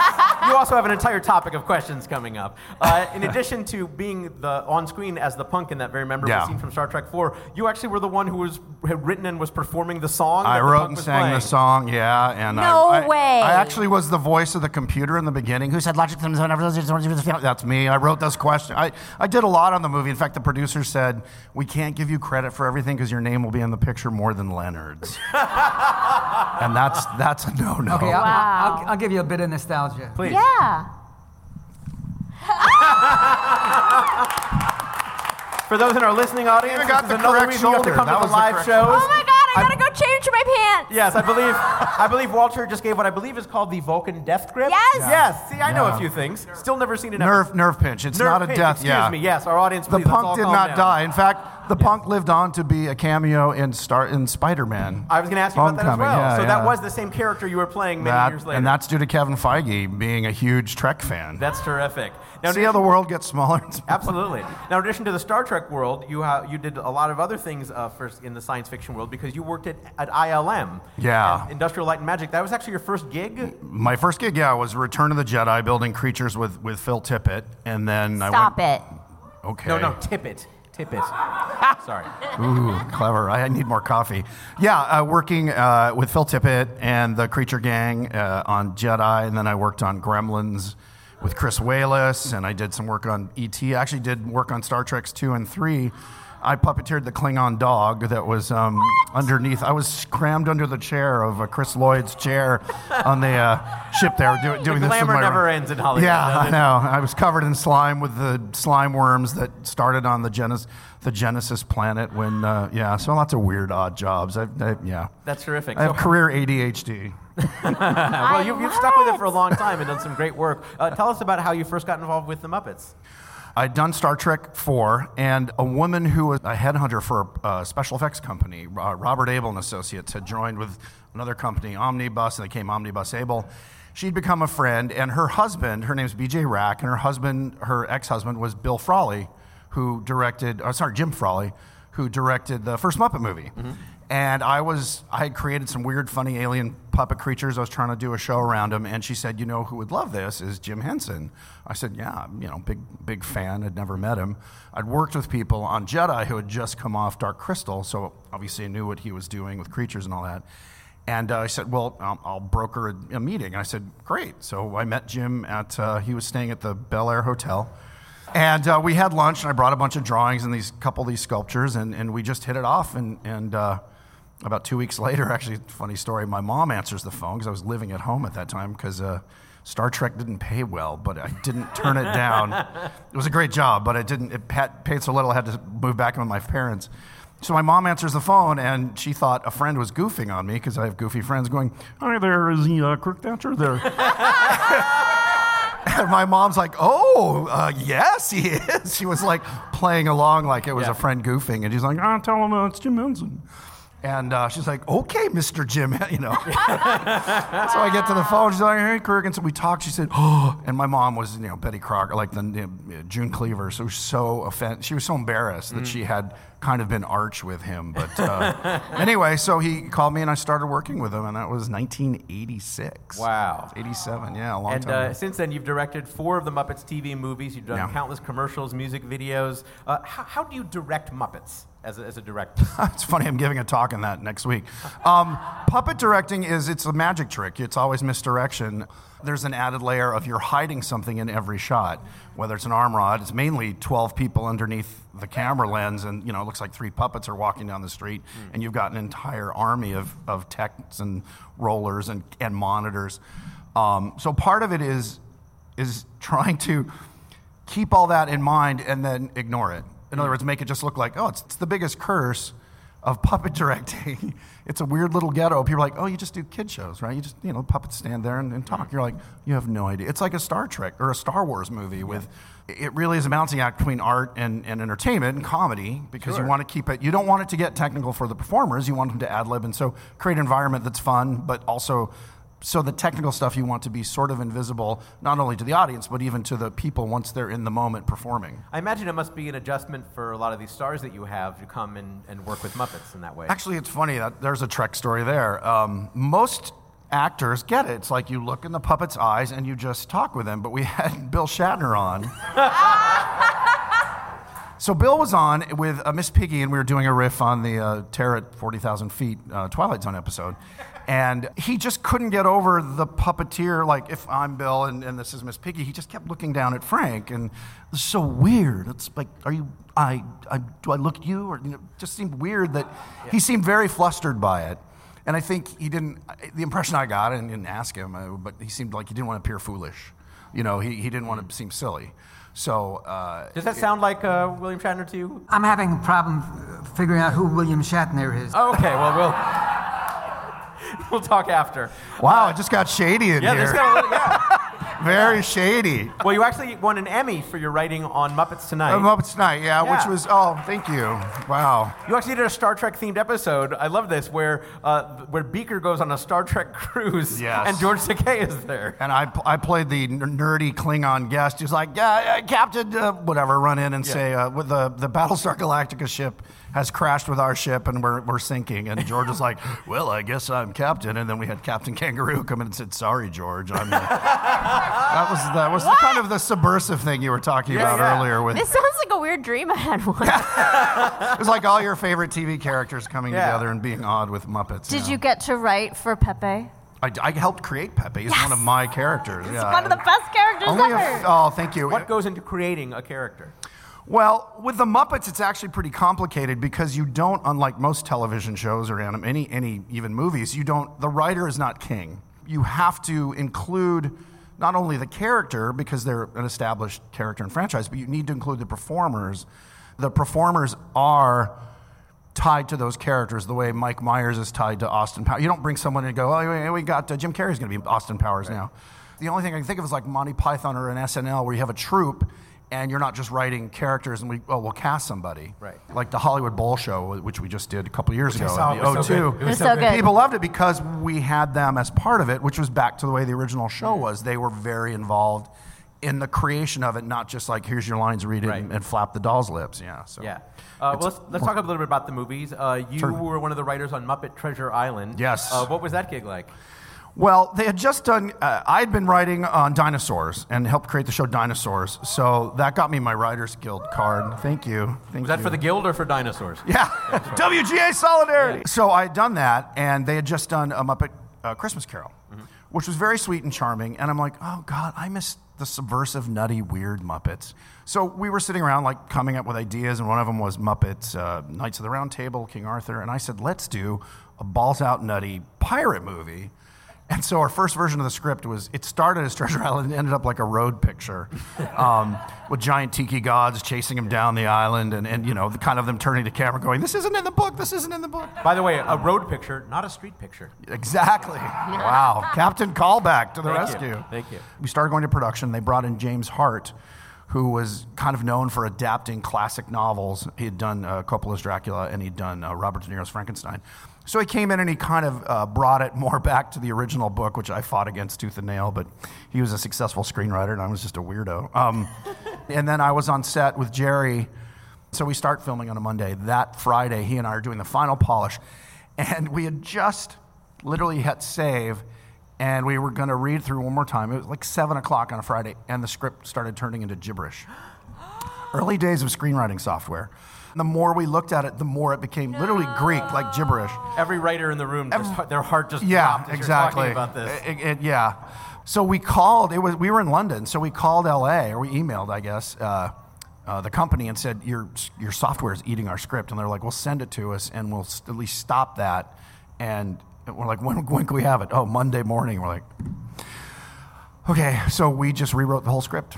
You also have an entire topic of questions coming up. Uh, in addition to being the on screen as the punk in that very memorable
Yeah.
scene from Star Trek 4, you actually were the one who was had written and was performing the song.
I
that the
wrote
punk
and
was
sang
playing.
the song, yeah, and I-
No
I,
way.
I actually was the voice of the computer in the beginning. Who said logic? That's me. I wrote those questions. I, I did a lot on the movie. In fact, the producer said we can't give you credit for everything because your name will be in the picture more than Leonard's, and that's that's a no no.
Okay, I'll,
Wow.
I'll, I'll give you a bit of nostalgia.
Please.
Yeah.
For those in our listening audience,
even got
this
the
is another
correct
reason you have to
shoulder.
come
That
to
was
the
the
live
correct
shows.
Oh my God, I
I'm-
gotta go change my
my pants.
Yes, I believe I believe Walter just gave what I believe is called the Vulcan death grip.
Yes. Yeah.
Yes. See, I know
Yeah.
a few things. Still never seen an
Nerve, nerve pinch. It's
Nerve
not a
pinch,
death.
Excuse
yeah.
me. Yes, our audience.
The
please, let's all
punk did
calm
not
down.
die. In fact, the punk lived on to be a cameo in Star in Spider Man.
I was going to ask you about that as well. so that was
the
the same character you were playing many years later.
and that's due to Kevin Feige being a huge Trek fan.
that's terrific. Now,
See how the world gets smaller. and smaller?
Absolutely. Now, in addition to the Star Trek world, you ha- you did a lot of other things uh, first in the science fiction world because you worked at, at ILM.
Yeah.
at Industrial Light and Magic. That was actually your first gig.
My first gig, yeah, was Return of the Jedi, building creatures with, with Phil Tippett, and then
Stop
I went,
it.
it. Okay.
No, no, Tippett. Tippett. Sorry.
Ooh, clever. I need more coffee. Yeah, uh, working uh, with Phil Tippett and the Creature Gang uh, on Jedi, and then I worked on Gremlins with Chris Wayless, and I did some work on ET. I actually did work on Star Treks 2 and 3. I puppeteered the Klingon dog that was um, underneath. I was crammed under the chair of uh, Chris Lloyd's chair on the uh, ship there, do, doing this. with
glamour
my-
never ends in Hollywood,
Yeah,
does
I
it?
know. I was covered in slime with the slime worms that started on the Genesis, the Genesis planet. When uh, yeah, so lots of weird odd jobs. I, I, yeah,
That's terrific.
I have
So-
career ADHD.
well, you, you've stuck with it for a long time and done some great work. Uh, tell us about how you first got involved with the Muppets.
I'd done Star Trek 4, and a woman who was a headhunter for a special effects company, uh, Robert Abel and Associates, had joined with another company, Omnibus, and they came Omnibus Abel. She'd become a friend, and her husband, her name's BJ Rack, and her husband, her ex husband, was Bill Frawley, who directed, uh, sorry, Jim Frawley, who directed the first Muppet movie. And I was, I had created some weird, funny alien puppet creatures. I was trying to do a show around them, and she said, "You know who would love this is Jim Henson." I said, "Yeah, I'm, you know, big, big fan. I'd never met him. I'd worked with people on Jedi who had just come off Dark Crystal, so obviously I knew what he was doing with creatures and all that." And uh, I said, "Well, I'll, I'll broker a, a meeting." And I said, "Great." So I met Jim at uh, he was staying at the Bel Air Hotel. And uh, we had lunch, and I brought a bunch of drawings and these couple of these sculptures, and, and we just hit it off. And, and uh, about two weeks later, actually, funny story, my mom answers the phone because I was living at home at that time because uh, Star Trek didn't pay well, but I didn't turn it down. It was a great job, but it didn't. It pat, paid so little, I had to move back in with my parents. So my mom answers the phone, and she thought a friend was goofing on me because I have goofy friends going, "Hi there, is he, uh, Kirk Thatcher there?" And my mom's like, oh, uh, yes, he is. She was like playing along like it was
Yeah.
a friend goofing. And she's like, ah, tell him uh, it's Jim Henson. And uh, she's like, okay, Mr. Jim, you know. so I get to the phone. She's like, hey, Kirk. And so we talked. She said, oh. And my mom was, you know, Betty Crocker, like the you know, June Cleaver. So so offended. She was so embarrassed
Mm.
that she had kind of been arch with him. But uh, anyway, so he called me and I started working with him. And that was 1986.
Wow.
87, yeah, a long
And
time ago.
uh, since then, you've directed four of the Muppets TV movies. You've done
Yeah.
countless commercials, music videos. Uh, how, how do you direct Muppets as a, as a director?
it's funny i'm giving a talk on that next week um, puppet directing is it's a magic trick it's always misdirection there's an added layer of you're hiding something in every shot whether it's an arm rod it's mainly 12 people underneath the camera lens and you know it looks like three puppets are walking down the street and you've got an entire army of, of techs and rollers and, and monitors um, so part of it is is trying to keep all that in mind and then ignore it. In other words, make it just look like, oh, it's, it's the biggest curse of puppet directing. it's a weird little ghetto. People are like, oh, you just do kid shows, right? You just, you know, puppets stand there and, and talk. You're like, you have no idea. It's like a Star Trek or a Star Wars movie with, it really is a balancing act between art and, and entertainment and comedy because you want to keep it, you don't want it to get technical for the performers. You want them to ad lib. And so create an environment that's fun, but also so the technical stuff you want to be sort of invisible not only to the audience but even to the people once they're in the moment performing
I imagine it must be an adjustment for a lot of these stars that you have to come and, and work with Muppets in that way.
actually it's funny that there's a trek story there um, most actors get it it's like you look in the puppet's eyes and you just talk with them but we had bill shatner on So Bill was on with uh, Miss Piggy, and we were doing a riff on the uh, Terror at 40,000 Feet uh, Twilight Zone episode. And he just couldn't get over the puppeteer. Like, if I'm Bill and, and this is Miss Piggy, he just kept looking down at Frank. And it's so weird. It's like, are you, I, I do I look at you? Or, you know, it just seemed weird that he seemed very flustered by it. And I think he didn't, I- the impression I got, and didn't ask him, uh, but he seemed like he didn't want to appear foolish. You know, he, he didn't want to seem silly. So, uh,
Does that sound like uh, William Shatner to you?
I'm having a problem figuring out who William Shatner is.
Oh, okay, well, we'll. we'll talk after.
Wow, it just got shady in
Yeah,
here.
there's got a little, yeah.
Very shady.
Well, you actually won an Emmy for your writing on Muppets Tonight.
Uh, Muppets Night, yeah,
Yeah.
which was oh, thank you. Wow.
You actually did a Star Trek themed episode. I love this, where uh, where Beaker goes on a Star Trek cruise,
Yes.
and George Takei is there.
And I, I played the n- nerdy Klingon guest who's like, yeah, uh, Captain, uh, whatever, run in and say, uh, with the, the Battlestar Galactica ship has crashed with our ship and we're, we're sinking. And George was like, well, I guess I'm captain. And then we had Captain Kangaroo come in and said, sorry, George. I'm the... that was, that was the, kind of the subversive thing you were talking about
yeah.
earlier. With,
This sounds like a weird dream I had once.
it was like all your favorite TV characters coming
Yeah.
together and being odd with Muppets.
Did
yeah.
you get to write for Pepe?
I, I helped create Pepe. He's one of my characters.
It's
yeah.
one of the best characters
Only a
ever.
f- oh, thank you.
What goes into creating a character?
Well, with the Muppets, it's actually pretty complicated because you don't, unlike most television shows or anim- any, any even movies, you don't. The writer is not king. You have to include not only the character because they're an established character and franchise, but you need to include the performers. The performers are tied to those characters the way Mike Myers is tied to Austin Powers. You don't bring someone in and go, oh, we- we got uh, Jim Carrey's going to be Austin Powers now. The only thing I can think of is like Monty Python or an SNL where you have a troupe and you're not just writing characters and we, oh, we'll cast somebody.
Right.
Like the Hollywood Bowl show, which we just did a couple years ago.
saw,
in
it was so
O2.
good.
It was so good.
People loved it because we had them as part of it, which was back to the way the original show was. They were very involved in the creation of it, not just like, here's your lines, read it,
Right.
and, and flap the doll's lips. Yeah. So.
Yeah. Uh, well, let's, let's talk a little bit about the movies. Uh, you were one of the writers on Muppet Treasure Island.
Yes.
Uh, what was that gig like?
Well, they had just done. Uh, I had been writing on dinosaurs and helped create the show Dinosaurs, so that got me my Writers Guild card. Thank you. Thank
Was that
you.
for the Guild or for dinosaurs?
Yeah, WGA solidarity. So I had done that, and they had just done a Muppet uh, Christmas Carol,
Mm-hmm.
which was very sweet and charming. And I'm like, oh God, I miss the subversive, nutty, weird Muppets. So we were sitting around, like coming up with ideas, and one of them was Muppets uh, Knights of the Round Table, King Arthur, and I said, let's do a balls-out, nutty pirate movie. And so our first version of the script was it started as Treasure Island and ended up like a road picture um, with giant tiki gods chasing him down the island and, and you know, the, kind of them turning to camera going, This isn't in the book, this isn't in the book.
By the way, a road picture, not a street picture.
Exactly. Wow. Captain Callback to the
Thank you.
rescue.
Thank you.
We started going to production. They brought in James Hart, who was kind of known for adapting classic novels. He had done uh, Coppola's Dracula and he'd done uh, Robert De Niro's Frankenstein. So he came in and he kind of uh, brought it more back to the original book, which I fought against tooth and nail, but he was a successful screenwriter and I was just a weirdo. Um, and then I was on set with Jerry. So we start filming on a Monday. That Friday, he and I are doing the final polish. And we had just literally hit save and we were going to read through one more time. It was like 7 o'clock on a Friday, and the script started turning into gibberish. Early days of screenwriting software. The more we looked at it, the more it became literally Greek, like gibberish.
Every writer in the room, just, their heart just
Yeah,
dropped as
exactly.
You're talking about this.
It- it- yeah. So we called. It was we were in London, so we called LA or we emailed, I guess, uh, uh, the company and said your your software is eating our script, and they're like, "Well, send it to us, and we'll s- at least stop that." And we're like, "When when can we have it?" Oh, Monday morning. We're like, "Okay." So we just rewrote the whole script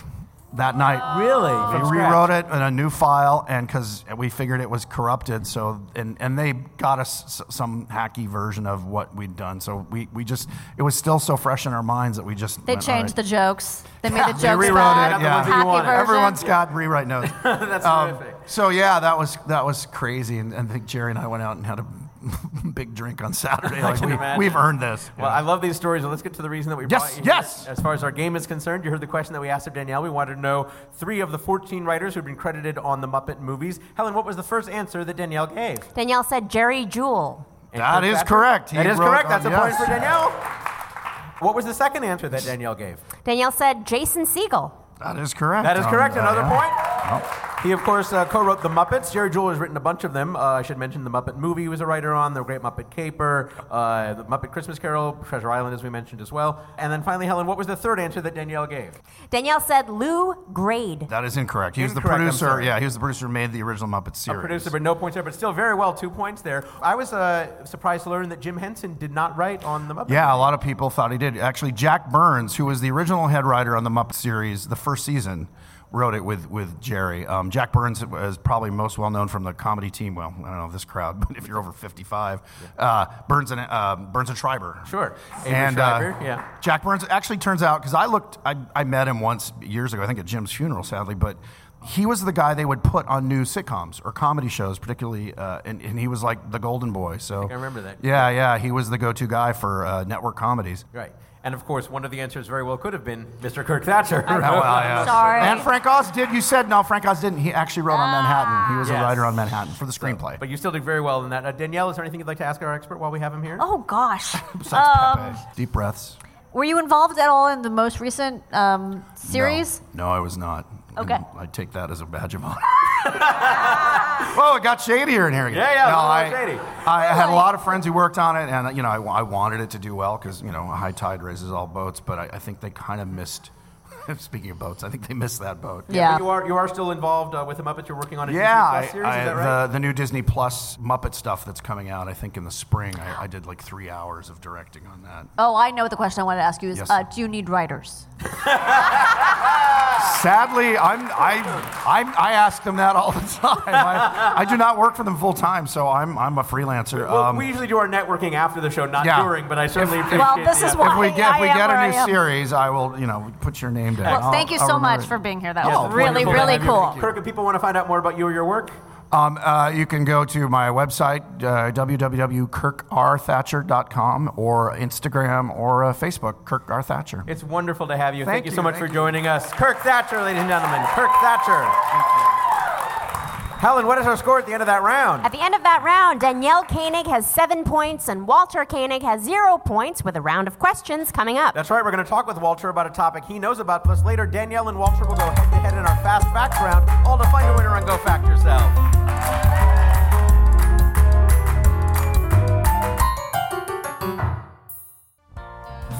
that night.
Really?
We
From
rewrote it in a new file, and because we figured it was corrupted, so and and they got us s- some hacky version of what we'd done. So we, we just it was still so fresh in our minds that we just
They
went, "All
changed the
right."
jokes. They made the jokes.
They rewrote
bad.
it. Yeah,
ones that you
Happy
wanted.
version.
everyone's got rewrite notes. Um,
That's terrific.
so yeah, that was that was crazy, and, and I think Jerry and I went out and had a big drink on Saturday. Like
can imagine.
we, we've earned this.
Well, I love these stories. and Let's get to the reason that we
Yes,
brought you here.
yes.
As far as our game is concerned, you heard the question that we asked of Danielle. We wanted to know three of the 14 writers who've been credited on the Muppet movies. Helen, what was the first answer that Danielle gave?
Danielle said Jerry Jewell.
And
That
Kirkpatrick?
is correct. He
That is
wrote
correct.
on-
That's a point
yes.
for Danielle. What was the second answer that Danielle gave?
Danielle said Jason Siegel.
that is correct.
That is
Um,
correct.
uh,
Another
yeah. Oh,
point. He, of course, uh, co-wrote The Muppets. Jerry Jewell has written a bunch of them. Uh, I should mention The Muppet Movie he was a writer on, The Great Muppet Caper, uh, The Muppet Christmas Carol, Treasure Island, as we mentioned as well. And then finally, Helen, what was the third answer that Danielle gave?
Danielle said Lou Grade.
That is incorrect. He was
Incorrect, I'm
the producer.
sorry.
Yeah, he was the producer who made the original Muppet
A
series.
producer, but no points there, but still very well, two points there. I was uh, surprised to learn that Jim Henson did not write on The Muppet.
Yeah, a lot of people thought he did. Actually, Jack Burns, who was the original head writer on the Muppet series, the first season, wrote it with with Jerry. Um, Jack Burns is probably most well known from the comedy team. Well, I don't know this crowd, but if you're over 55, uh, Burns and uh, Burns and Schreiber.
Sure. Avery
and uh,
Schreiber, yeah.
Jack Burns actually turns out because I looked, I, I met him once years ago. I think at Jim's funeral, sadly, but he was the guy they would put on new sitcoms or comedy shows, particularly, uh, and, and he was like the golden boy. So I,
I remember that.
Yeah, yeah, he was the go-to guy for uh, network comedies.
Right. And of course, one of the answers very well could have been Mr. Kirk Thatcher.
Oh, well, yeah.
Sorry. Ah.
And Frank Oz did. You said no. Frank Oz didn't. He actually wrote on Manhattan. He was
Yes.
a writer on Manhattan for the screenplay.
But you still did very well in that. Uh, Danielle, is there anything you'd like to ask our expert while we have him here?
Oh gosh.
Besides
Um,
Pepe. deep breaths.
Were you involved at all in the most recent um, series?
No, no, I was not. And
Okay.
I take that as a badge of honor. Whoa, it got shadier in here again.
Yeah, yeah, it
No,
was
I,
a little shady.
I had a lot of friends who worked on it, and you know, I, I wanted it to do well because you know, a high tide raises all boats. But I, I think they kind of missed. Speaking of boats, I think they missed that boat.
Yeah.
But you are you are still involved uh, with the Muppets. You're working on a
Yeah,
Disney Plus
I-
series.
I- uh,
is that right?
the, the new Disney Plus Muppet stuff that's coming out, I think in the spring. I, I did like three hours of directing on that.
Oh, I know what the question I wanted to ask you is:
Yes.
uh, Do you need writers?
Sadly, I'm I I'm, I ask them that all the time. I, I do not work for them full time, so I'm I'm a freelancer.
well,
Um,
we usually do our networking after the show, not
yeah.
during. But I certainly
If-
appreciate
Well, this
the uh,
is
effort.
why
if we get if we
I am
get
where I
a new
E
am.
series, I will you know put your name down.
Well,
I'll-
thank you
I'll
so
remember
much
it.
for being here. That
Yes,
was
it's
really,
wonderful to
really
have you.
cool.
Kirk, if people want to find out more about you or your work,
Um, uh, you can go to my website, uh, www.kirkrthatcher.com, or Instagram or uh, Facebook, Kirk R. Thatcher.
it's wonderful to have you. Thank,
Thank
you so
you,
much
thank
for
you.
joining us, Kirk Thatcher, ladies and gentlemen. Kirk Thatcher. Helen, what is our score at the end of that round?
At the end of that round, Danielle Koenig has seven points and Walter Koenig has zero points with a round of questions coming up.
That's right. We're going to talk with Walter about a topic he knows about. Plus, later, Danielle and Walter will go head to head in our fast facts round, all to find a winner on Go Fact Yourself.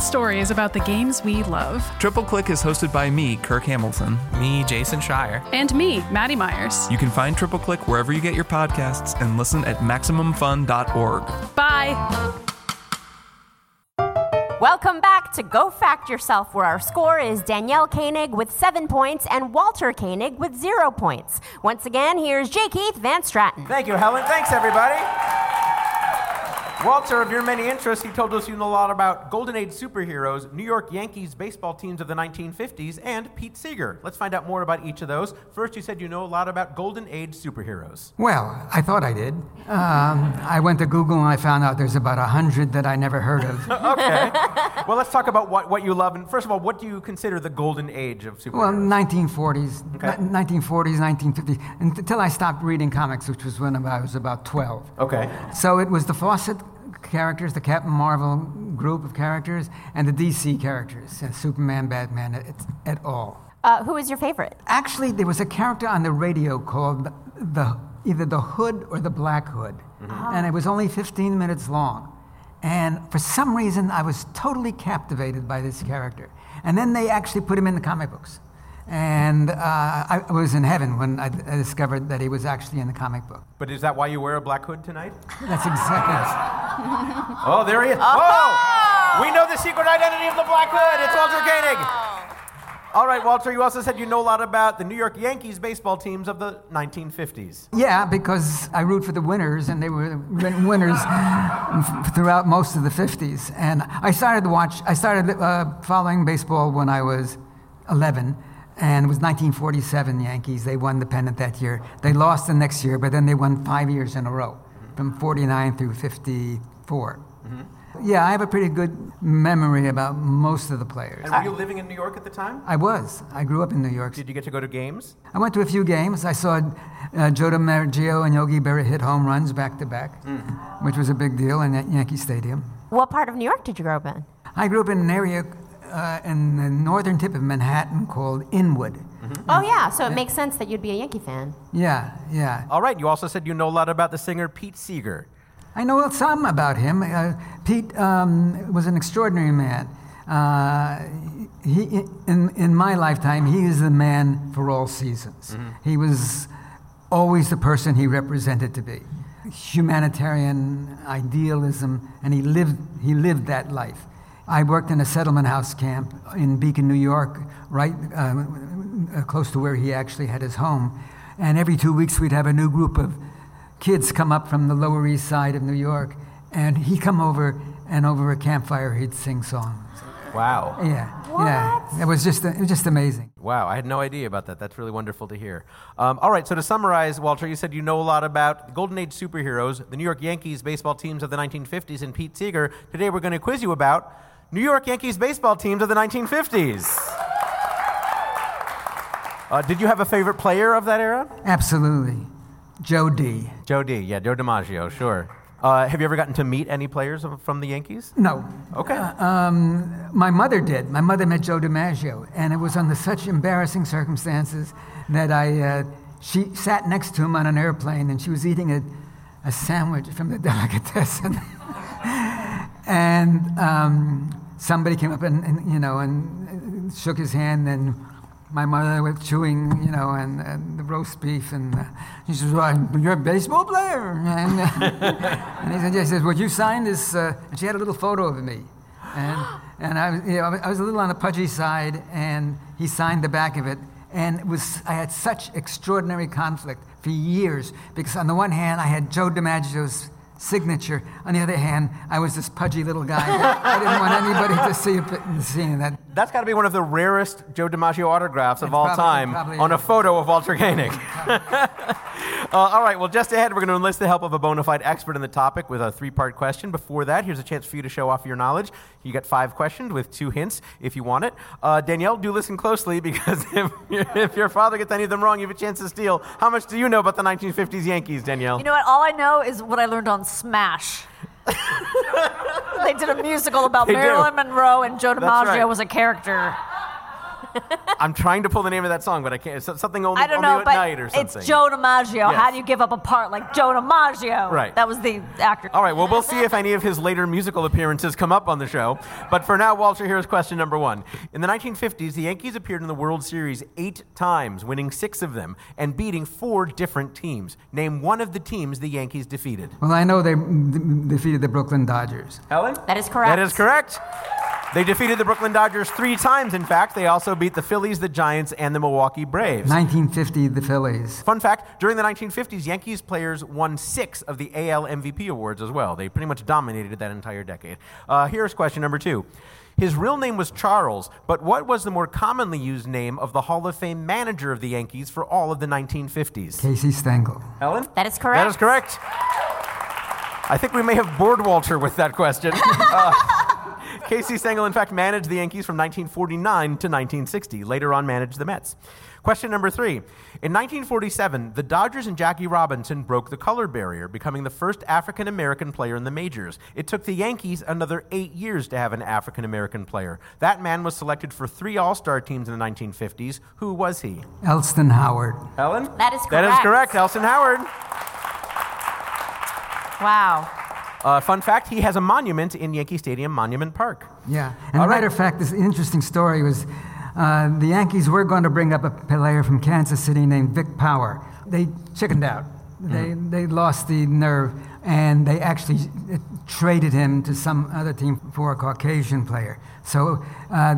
stories about the games we love.
Triple Click is hosted by me, Kirk Hamilton.
Me, Jason Schreier.
And me, Maddie Myers.
You can find Triple Click wherever you get your podcasts and listen at MaximumFun.org.
Bye.
Welcome back to Go Fact Yourself, where our score is Danielle Koenig with seven points and Walter Koenig with zero points. Once again, here's J. Keith Van Stratton.
Thank you, Helen. Thanks, everybody. Walter, of your many interests, he told us you know a lot about Golden Age superheroes, New York Yankees baseball teams of the 1950s, and Pete Seeger. Let's find out more about each of those. First, you said you know a lot about Golden Age superheroes.
Well, I thought I did. Um, I went to Google and I found out there's about a hundred that I never heard of.
Okay. well, let's talk about what, what you love. And first of all, what do you consider the Golden Age of superheroes?
Well, 1940s,
Okay.
ni- 1940s, 1950s, and until I stopped reading comics, which was when I was about 12.
okay.
So it was the Fawcett characters, the Captain Marvel group of characters, and the DC characters, and Superman, Batman, et, et al.
Uh, who is your favorite?
Actually, there was a character on the radio called the either the Hood or the Black Hood, and it was only 15 minutes long. And for some reason, I was totally captivated by this character. And then they actually put him in the comic books, and uh, I I was in heaven when I I discovered that he was actually in the comic book.
But is that why you wear a black hood tonight?
That's exactly.
Oh, there he is. Oh! We know the secret identity of the Black Hood. It's Walter Koenig. All right, Walter, you also said you know a lot about the New York Yankees baseball teams of the 1950s.
Yeah, because I root for the winners, and they were win- winners throughout most of the 50s. And I started to watch, I started uh, following baseball when I was 11, and it was 1947 Yankees. They won the pennant that year. They lost the next year, but then they won five years in a row, from 49 through 54. Yeah, I have a pretty good memory about most of the players.
And were you living in New York at the time?
I was. I grew up in New York
Did you get to go to games?
I went to a few games. I saw uh, Joe DiMaggio and Yogi Berra hit home runs back to back, which was a big deal in Yan- Yankee Stadium.
What part of New York did you grow up in?
I grew up in an area uh, in the northern tip of Manhattan called Inwood,
Oh yeah, so it makes sense that you'd be a Yankee fan.
Yeah, yeah.
All right. You also said you know a lot about the singer Pete Seeger.
I know some about him. Uh, Pete um, was an extraordinary man. Uh, he, in, in my lifetime, he is the man for all seasons. He was always the person he represented to be. Humanitarian idealism, and he lived, he lived that life. I worked in a settlement house camp in Beacon, New York, right uh, close to where he actually had his home. And every two weeks, we'd have a new group of kids come up from the Lower East Side of New York, and he'd come over, and over a campfire, he'd sing songs.
Wow.
Yeah, yeah. It was just it was just amazing.
Wow. I had no idea about that. That's really wonderful to hear. Um, all right. So to summarize, Walter, you said you know a lot about the Golden Age superheroes, the New York Yankees baseball teams of the 1950s, and Pete Seeger. Today we're going to quiz you about New York Yankees baseball teams of the 1950s. Uh, did you have a favorite player of that era?
Absolutely, Joe D.
Joe D. Yeah, Joe DiMaggio. Sure. Uh, have you ever gotten to meet any players of- from the Yankees?
No,
Okay.
um, my mother did. My mother met Joe DiMaggio, and it was under such embarrassing circumstances that I uh, she sat next to him on an airplane, and she was eating a, a sandwich from the delicatessen, and um, somebody came up and, and you know and uh, shook his hand and. My mother was chewing, you know, and, and the roast beef, and uh, she says, well, "You're a baseball player." And, uh, and he said, "Yes." He says, "Would you sign this?" Uh, and she had a little photo of me, and, and I, was, you know, I was- I was a little on the pudgy side, and he signed the back of it. And it was, I had such extraordinary conflict for years because, on the one hand, I had Joe DiMaggio's signature. On the other hand, I was this pudgy little guy. I didn't want anybody to see, it- seeing that.
That's got to be one of the rarest Joe DiMaggio autographs of
It
all
probably-
time
probably
on a
is.
photo of Walter Koenig. Uh, all right, well, just ahead, we're going to enlist the help of a bona fide expert in the topic with a three part question. Before that, here's a chance for you to show off your knowledge. You got five questions with two hints if you want it. Uh, Danielle, do listen closely because if, if your father gets any of them wrong, you have a chance to steal. How much do you know about the 1950s Yankees, Danielle?
You know what? All I know is what I learned on Smash. they did a musical about
They do.
Marilyn Monroe and Joe DiMaggio
right.
was a character.
I'm trying to pull the name of that song, but I can't. It's something only,
I don't
only
know,
at
but
night or something.
it's Joe DiMaggio. How
Yes.
do you give up a part like Joe DiMaggio?
Right.
That was the actor.
All right, well, we'll see if any of his later musical appearances come up on the show. But for now, Walter, here's question number one. In the 1950s, the Yankees appeared in the World Series eight times, winning six of them and beating four different teams. Name one of the teams the Yankees defeated.
Well, I know they mm, de- defeated the Brooklyn Dodgers.
Helen?
That is correct.
That is correct. They defeated the Brooklyn Dodgers three times, in fact. They also beat the Phillies, the Giants, and the Milwaukee Braves.
1950, the Phillies.
Fun fact during the 1950s, Yankees players won six of the AL MVP awards as well. They pretty much dominated that entire decade. Uh, here's question number two His real name was Charles, but what was the more commonly used name of the Hall of Fame manager of the Yankees for all of the 1950s?
Casey Stengel.
Helen?
That is correct.
That is correct. I think we may have bored Walter with that question. Uh, Casey Stengel, in fact, managed the Yankees from 1949 to 1960. Later on, managed the Mets. Question number three. In 1947, the Dodgers and Jackie Robinson broke the color barrier, becoming the first African American player in the majors. It took the Yankees another eight years to have an African American player. That man was selected for three All Star teams in the 1950s. Who was he?
Elston Howard.
Helen?
That is
That is
correct.
correct. Elson Howard.
Wow.
Uh, fun fact: He has a monument in Yankee Stadium, Monument Park.
Yeah. And a matter of fact, this interesting story was uh, the Yankees were going to bring up a player from Kansas City named Vic Power. They chickened out. They, they lost the nerve, and they actually uh, traded him to some other team for a Caucasian player. So uh,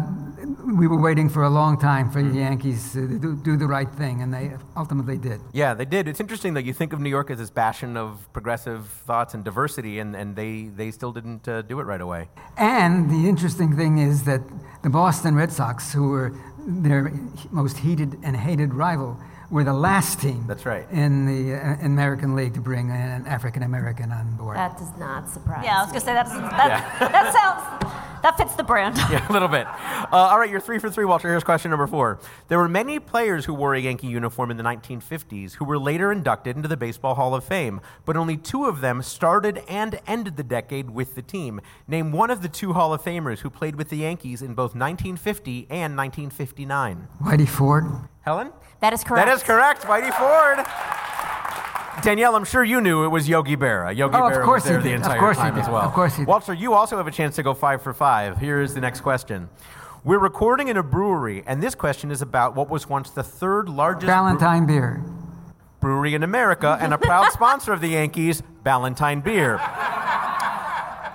we were waiting for a long time for the Yankees to do, do the right thing, and they ultimately did.
Yeah, they did. It's interesting that you think of New York as this bastion of progressive thoughts and diversity, and, and they, they still didn't uh, do it right away.
And the interesting thing is that the Boston Red Sox, who were their most heated and hated rival, were the last team.
That's right.
In the uh, American League to bring an African American on board.
That does not surprise.
Yeah, I was
me.
gonna say that's that, that sounds That fits the brand.
Yeah, a little bit. Uh, all right, you're three for three, Walter. Here's question number four. There were many players who wore a Yankee uniform in the 1950s who were later inducted into the Baseball Hall of Fame, but only two of them started and ended the decade with the team. Name one of the two Hall of Famers who played with the Yankees in both 1950 and 1959.
Whitey Ford.
Helen?
That is correct.
That is correct, Whitey Ford. Danielle, I'm sure you knew it was Yogi Berra. Yogi
Oh, of
Berra was
course he
there the
did. Of
entire
course he
time
did.
as well.
Of course he did.
Walter, you also have a chance to go five for five. Here is the next question. We're recording in a brewery, and this question is about what was once the third largest
Valentine beer.
bre- brewery in America and a proud sponsor of the Yankees, Ballantine Beer.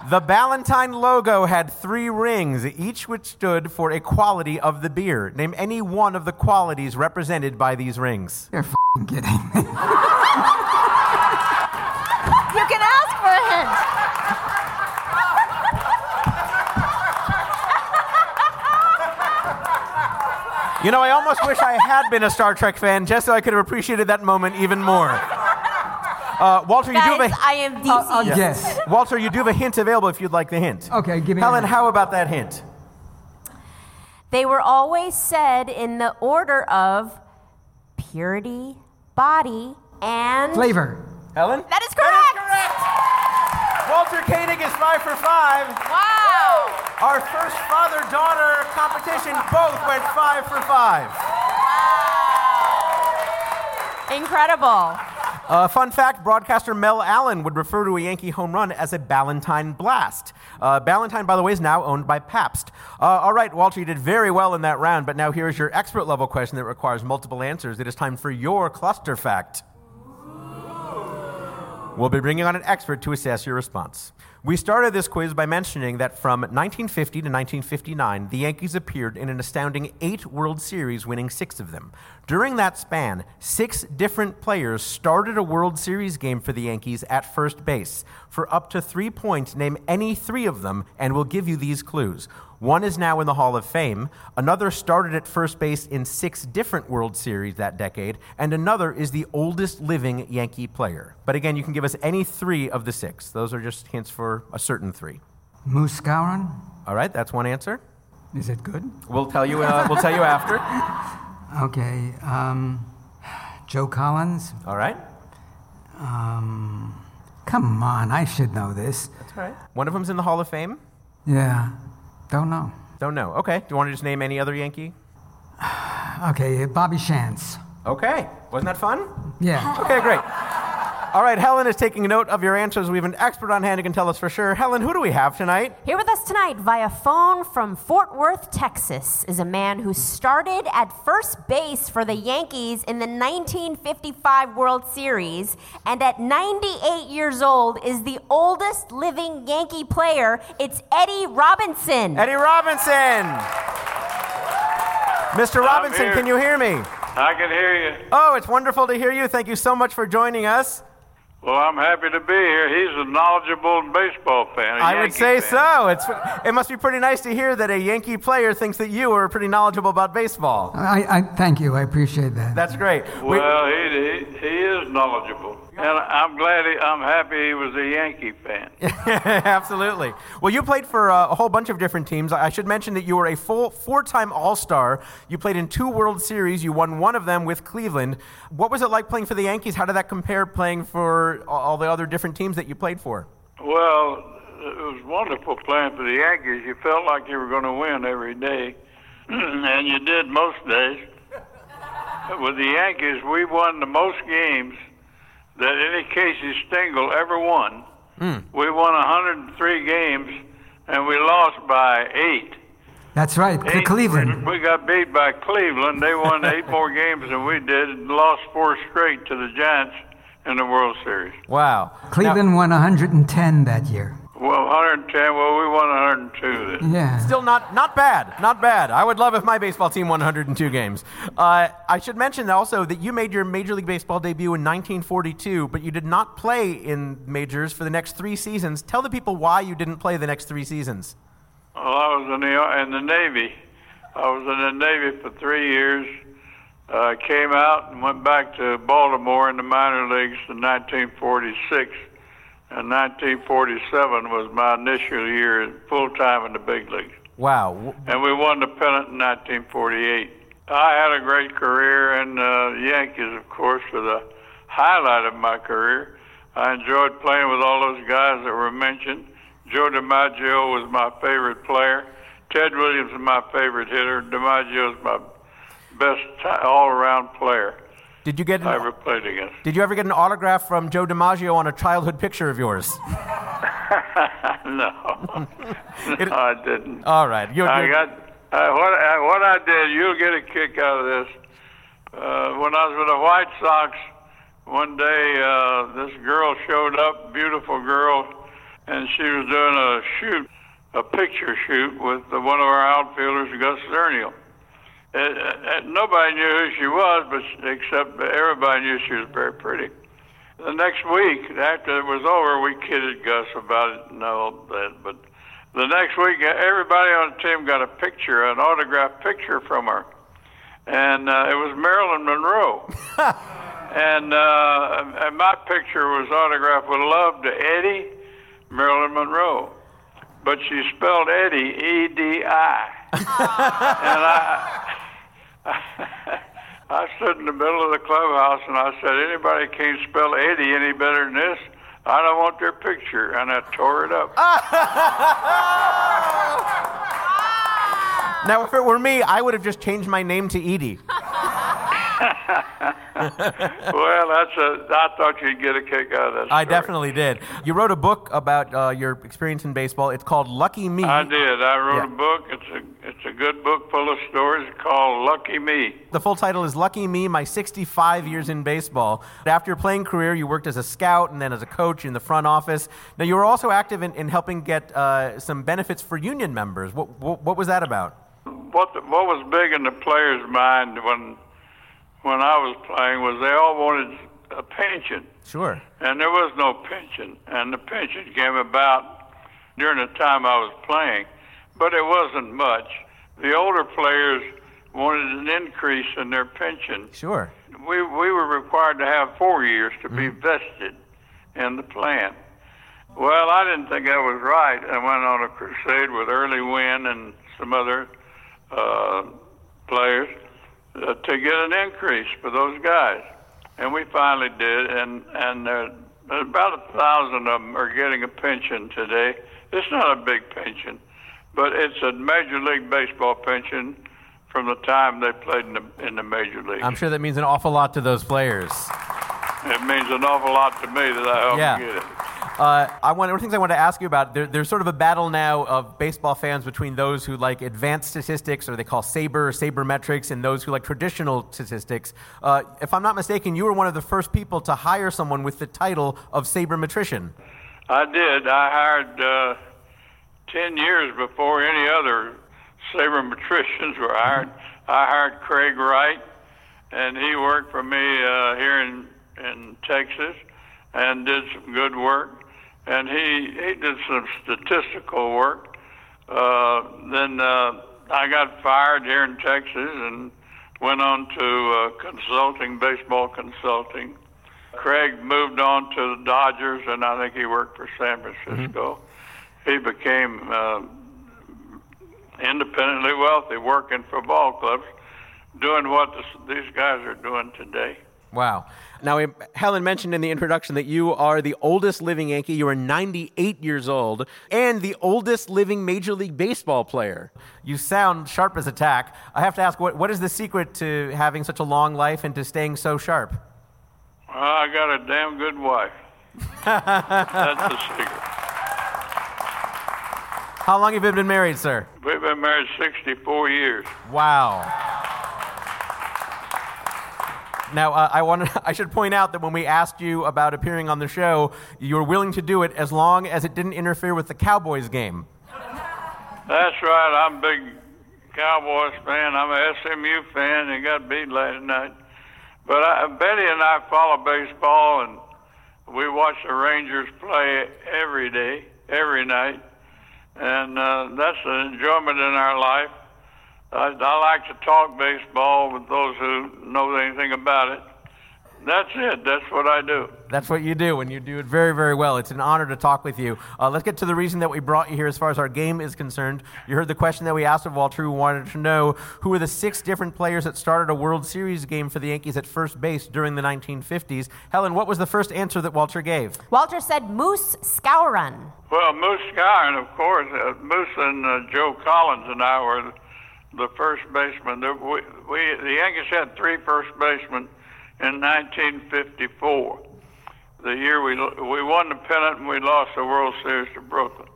The Ballantine logo had three rings, each which stood for a quality of the beer. Name any one of the qualities represented by these rings.
You're f***ing kidding me.
You can ask for a hint.
You know, I almost wish I had been a Star Trek fan just so I could have appreciated that moment even more. Uh, Walter, you do
Guys,
have a,
I am DC.
I'll guess.
Walter, you do have a hint available if you'd like the hint.
Okay, give me a
Helen,
hint.
how about that hint?
They were always said in the order of purity, body, and
Flavor.
Helen?
That is
Walter Koenig is five for five.
Wow.
Our first father-daughter competition both went five for five.
Incredible.
Uh, fun fact broadcaster Mel Allen would refer to a Yankee home run as a Ballantine blast. Uh, Ballantine, by the way, is now owned by Pabst. Uh, all right, Walter, you did very well in that round, but now here is your expert level question that requires multiple answers. It is time for your cluster fact. We'll be bringing on an expert to assess your response. We started this quiz by mentioning that from 1950 to 1959, the Yankees appeared in an astounding eight World Series, winning six of them. During that span, six different players started a World Series game for the Yankees at first base. For up to three points, name any three of them, and we'll give you these clues. One is now in the Hall of Fame, another started at first base in six different World Series that decade, and another is the oldest living Yankee player. But again, you can give us any three of the six. Those are just hints for a certain three.
Moose Gowron.
All right, that's one answer.
Is it good?
We'll tell you. Uh, we'll tell you after.
Okay. Um, Joe Collins.
All right.
Um, come on, I should know this.
All right. One of them's in the Hall of Fame.
Yeah. Don't know.
Don't know. Okay. Do you want to just name any other Yankee?
Okay, Bobby Shantz.
Okay. Wasn't that fun?
Yeah.
Okay, great. All right, Helen is taking note of your answers. We have an expert on hand who can tell us for sure. Helen, who do we have tonight?
Here with us tonight via phone from Fort Worth, Texas, is a man who started at first base for the Yankees in the 1955 World Series and at 98 years old is the oldest living Yankee player. It's Eddie Robinson.
Eddie Robinson. Mr. Robinson,
here.
can you hear me?
I can hear you.
Oh, it's wonderful to hear you. Thank you so much for joining us.
Well, I'm happy to be here. He's a knowledgeable baseball fan. a
I would
Yankee
say
fan.
so. It's, it must be pretty nice to hear that a Yankee player thinks that you are pretty knowledgeable about baseball.
I, I thank you. I appreciate that.
That's great. We-
Well, he, he he is knowledgeable, and I'm glad. He, I'm happy he was a Yankee fan.
Absolutely. Well, you played for uh, a whole bunch of different teams. I I should mention that you were a full four-time All-Star. You played in two World Series. You won one of them with Cleveland. What was it like playing for the Yankees? How did that compare playing for a- all the other different teams that you played for?
Well, it was wonderful playing for the Yankees. You felt like you were going to win every day, and you did most days. With the Yankees, we won the most games that any Casey Stengel ever won. We won 103 games, and we lost by eight.
That's right. Cle-
Eight-
Cleveland.
We got beat by Cleveland. They won eight more games than we did and lost four straight to the Giants in the World Series.
Wow.
Cleveland won 110 that year.
Well, 110. Well, we won 102 then.
Yeah.
Still not not bad, not bad. I would love if my baseball team won 102 games. Uh, I should mention also that you made your Major League Baseball debut in 1942, but you did not play in majors for the next three seasons. Tell the people why you didn't play the next three seasons.
Well, I was in the in the Navy. I was in the Navy for three years. Uh, came out and went back to Baltimore in the minor leagues in 1946, And 1947 was my initial year full time in the big leagues.
Wow.
And we won the pennant in 1948. I had a great career in the Yankees, of course, for the highlight of my career. I enjoyed playing with all those guys that were mentioned. Joe DiMaggio was my favorite player. Ted Williams is my favorite hitter. DiMaggio is my best ti- all-around player
Did you get
I
an,
ever played against.
Did you ever get an autograph from Joe DiMaggio on a childhood picture of yours?
no, no, I didn't.
All right. You're,
I
you're-
got I, what I, what I did. You'll get a kick out of this. Uh, when I was with the White Sox, one day uh, this girl showed up, beautiful girl, and she was doing a shoot, a picture shoot with the, one of our outfielders, Gus Zernial. And, and Uh, nobody knew who she was, but she- except everybody knew she was very pretty. The next week, after it was over, we kidded Gus about it and all that. But the next week, e, everybody on the team got a picture, an autographed picture from her. And uh, it was Marilyn Monroe. and, uh, and my picture was autographed with love to Eddie Marilyn Monroe. But she spelled Eddie, E D I. and I, I stood in the middle of the clubhouse and I said, anybody can't spell Eddie any better than this. I don't want their picture. And I tore it up.
Oh. now, if it were me, I would have just changed my name to Edie.
well, that's a. I thought you'd get a kick out of that.
I
story.
definitely did. You wrote a book about uh, your experience in baseball. It's called Lucky Me.
I did. I wrote
Yeah.
a book. It's a. It's a good book full of stories called Lucky Me.
The full title is Lucky Me My 65 Years in Baseball. After your playing career, you worked as a scout and then as a coach in the front office. Now, you were also active in, in helping get uh, some benefits for union members. What, what, what was that about?
what the, what was big in the players' mind when when I was playing was they all wanted a pension,
Sure.
and there was no pension, and the pension came about during the time I was playing, but it wasn't much. The older players wanted an increase in their pension.
Sure.
We we were required to have four years to be vested in the plan. Well, I didn't think that was right. I went on a crusade with Early Wynn and some other uh, players uh, to get an increase for those guys, and we finally did. And and uh, about a thousand of them are getting a pension today. It's not a big pension, but it's a Major League Baseball pension from the time they played in the in the major league.
I'm sure that means an awful lot to those players.
It means an awful lot to me that I helped
Yeah.
get it.
Uh, I want, one of the things I want to ask you about, there, there's sort of a battle now of baseball fans between those who like advanced statistics, or they call saber, sabermetrics, and those who like traditional statistics. Uh, if I'm not mistaken, you were one of the first people to hire someone with the title of sabermetrician.
I did. I hired uh, 10 years before any other sabermetricians were hired. I hired Craig Wright, and he worked for me uh, here in, in Texas and did some good work. And he, he did some statistical work. Uh, then uh, I got fired here in Texas and went on to uh, consulting, baseball consulting. Craig moved on to the Dodgers, and I think he worked for San Francisco. He became uh, independently wealthy, working for ball clubs, doing what this, these guys are doing today.
Wow. Now, um, Helen mentioned in the introduction that you are the oldest living Yankee. You are 98 years old and the oldest living Major League Baseball player. You sound sharp as a tack. I have to ask, what, what is the secret to having such a long life and to staying so sharp?
I got a damn good wife. That's the secret.
How long have you been married, sir?
We've been married 64 years.
Wow. Now, uh, I, want I should point out that when we asked you about appearing on the show, you were willing to do it as long as it didn't interfere with the Cowboys game.
That's right. I'm a big Cowboys fan. I'm a SMU fan. They got beat last night. But I, Betty and I follow baseball, and we watch the Rangers play every day, every night. And uh, that's an enjoyment in our life. I, I like to talk baseball with those who know anything about it. That's it. That's what I do.
That's what you do, and you do it very, very well. It's an honor to talk with you. Uh, let's get to the reason that we brought you here as far as our game is concerned. You heard the question that we asked of Walter, who wanted to know who were the six different players that started a World Series game for the Yankees at first base during the 1950s. Helen, what was the first answer that Walter gave?
Walter said Moose Scourin.
Well, Moose Kyron, of course, uh, Moose and uh, Joe Collins and I were the first baseman. The, we, we, the Yankees had three first basemen in 1954, the year we, lo- we won the pennant and we lost the World Series to Brooklyn.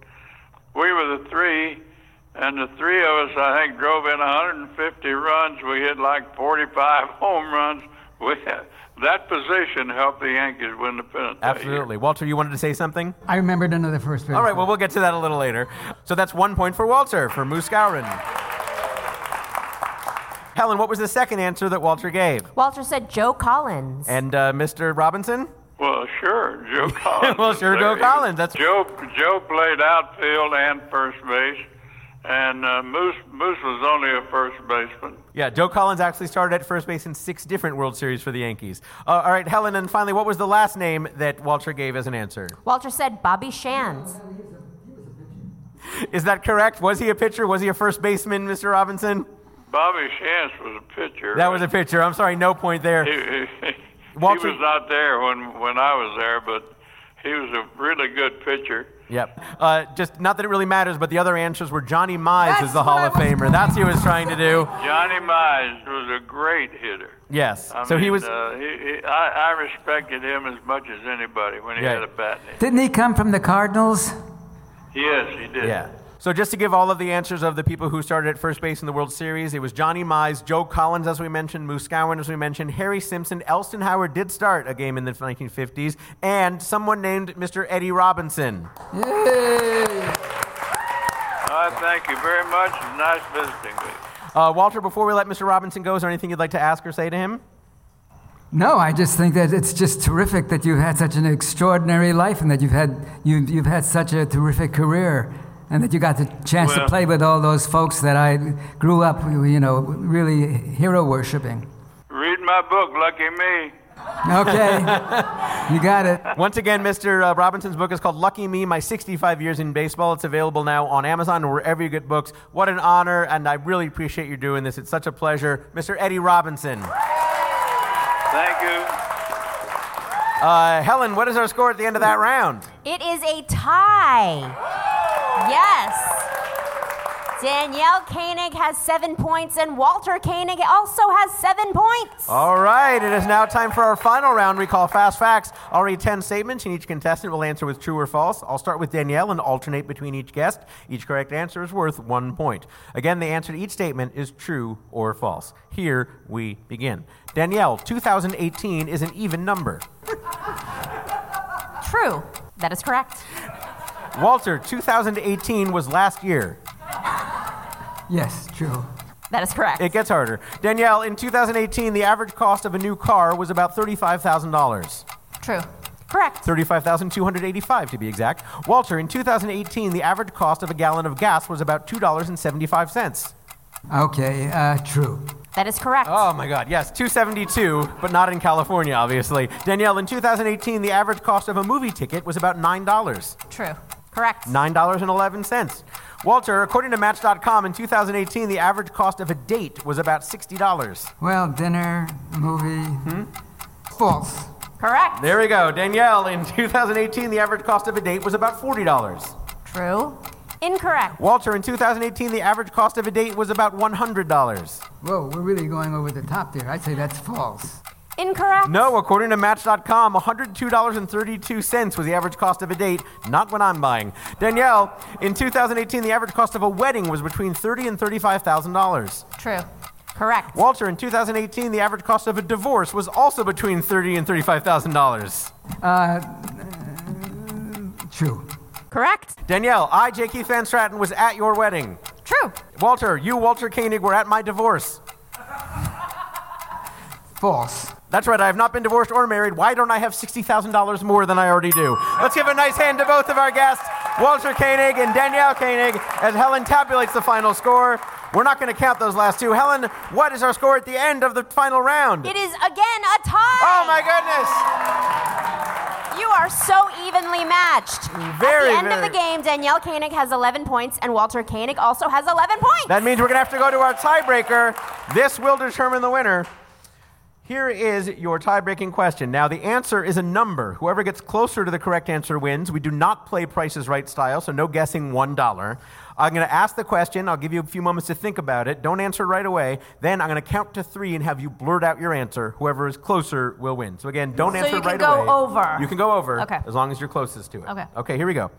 We were the three, and the three of us, I think, drove in 150 runs. We hit like 45 home runs. We, that position helped the Yankees win the pennant.
Absolutely. Walter, you wanted to say something?
I remembered another first base.
All right, well, we'll get to that a little later. So that's one point for Walter, for Moose Gowron. Helen, what was the second answer that Walter gave?
Walter said Joe Collins.
And uh, Mr. Robinson?
Well, sure, Joe Collins.
Well, sure, Joe
He-
Collins, that's-
Joe. Joe played outfield and first base, and uh, Moose Moose was only a first baseman.
Yeah, Joe Collins actually started at first base in six different World Series for the Yankees. Uh, all right, Helen, and finally, what was the last name that Walter gave as an answer?
Walter said Bobby Shands.
Is that correct? Was he a pitcher? Was he a first baseman, Mr. Robinson?
Bobby Chance was a pitcher.
That was a pitcher. I'm sorry, no point there.
He, he,
Walter-
he was not there when when I was there, but he was a really good pitcher.
Yep. Uh, just not that it really matters, but the other answers were Johnny Mize is the
That's
Hall
what
of
I was-
Famer. That's who he was trying to do.
Johnny Mize was a great hitter.
Yes.
I
so he
mean,
was.
Uh, he, he, I, I respected him as much as anybody when he
Yeah.
had a bat. in
Didn't he come from the Cardinals?
it. Yes, he did.
Yeah. So just to give all of the answers of the people who started at first base in the World Series, it was Johnny Mize, Joe Collins, as we mentioned, Moose Gowan, as we mentioned, Harry Simpson, Elston Howard did start a game in the 1950s, and someone named Mr. Eddie Robinson.
I thank you very much. It's nice visiting with you.
Uh, Walter, before we let Mr. Robinson go, is there anything you'd like to ask or say to him?
No, I just think that it's just terrific that you've had such an extraordinary life and that you've had you've, you've had such a terrific career and that you got the chance
Well-
to play with all those folks that I grew up, you know, really hero worshiping.
Read my book, Lucky Me.
Okay, you got it.
Once again, Mr. uh, Robinson's book is called Lucky Me My 65 Years in Baseball. It's available now on Amazon or wherever you get books. What an honor, and I really appreciate you doing this. It's such a pleasure. Mr. Eddie Robinson.
Thank you.
Uh, Helen, what is our score at the end of that round?
It is a tie. Yes. Danielle Koenig has seven points, and Walter Koenig also has seven points.
All right, it is now time for our final round we call Fast Facts. I'll read 10 statements, and each contestant will answer with true or false. I'll start with Danielle and alternate between each guest. Each correct answer is worth one point. Again, the answer to each statement is true or false. Here we begin. Danielle, 2018 is an even number.
True. That is correct.
Walter, 2018 was last year.
Yes, true.
That is correct.
It gets harder. Danielle, in 2018, the average cost of a new car was about $35,000.
True. Correct.
35,285 to be exact. Walter, in 2018, the average cost of a gallon of gas was about $2.75.
Okay, uh, true.
That is correct.
Oh my god, yes, 272, but not in California obviously. Danielle, in 2018, the average cost of a movie ticket was about $9.
True. Correct.
$9.11. Walter, according to match.com in 2018, the average cost of a date was about $60.
Well, dinner, movie. False.
Correct.
There we go. Danielle, in 2018, the average cost of a date was about $40.
True. Incorrect.
Walter, in 2018, the average cost of a date was about $100.
Whoa, we're really going over the top there. I'd say that's false.
Incorrect.
No, according to Match.com, $102.32 was the average cost of a date, not when I'm buying. Danielle, in 2018, the average cost of a wedding was between $30,000 and $35,000.
True. Correct.
Walter, in 2018, the average cost of a divorce was also between $30,000 and $35,000.
True.
Correct.
Danielle, I, J. Keith Van Stratton, was at your wedding.
True.
Walter, you, Walter Koenig, were at my divorce.
False.
That's right, I have not been divorced or married. Why don't I have $60,000 more than I already do? Let's give a nice hand to both of our guests, Walter Koenig and Danielle Koenig, as Helen tabulates the final score. We're not going to count those last two. Helen, what is our score at the end of the final round?
It is again a tie.
Oh my goodness!
You are so evenly matched.
Very,
At the end of
very-
the game, Danielle Koenig has 11 points, and Walter Koenig also has 11 points.
That means we're going to have to go to our tiebreaker. This will determine the winner. Here is your tie-breaking question. Now, the answer is a number. Whoever gets closer to the correct answer wins. We do not play Prices Right style, so no guessing one dollar. I'm going to ask the question. I'll give you a few moments to think about it. Don't answer right away. Then I'm going to count to three and have you blurt out your answer. Whoever is closer will win. So again, don't
So
answer
you can
right
go
away.
over.
You can go over.
Okay.
As long as you're closest to it.
Okay.
Okay. Here we go.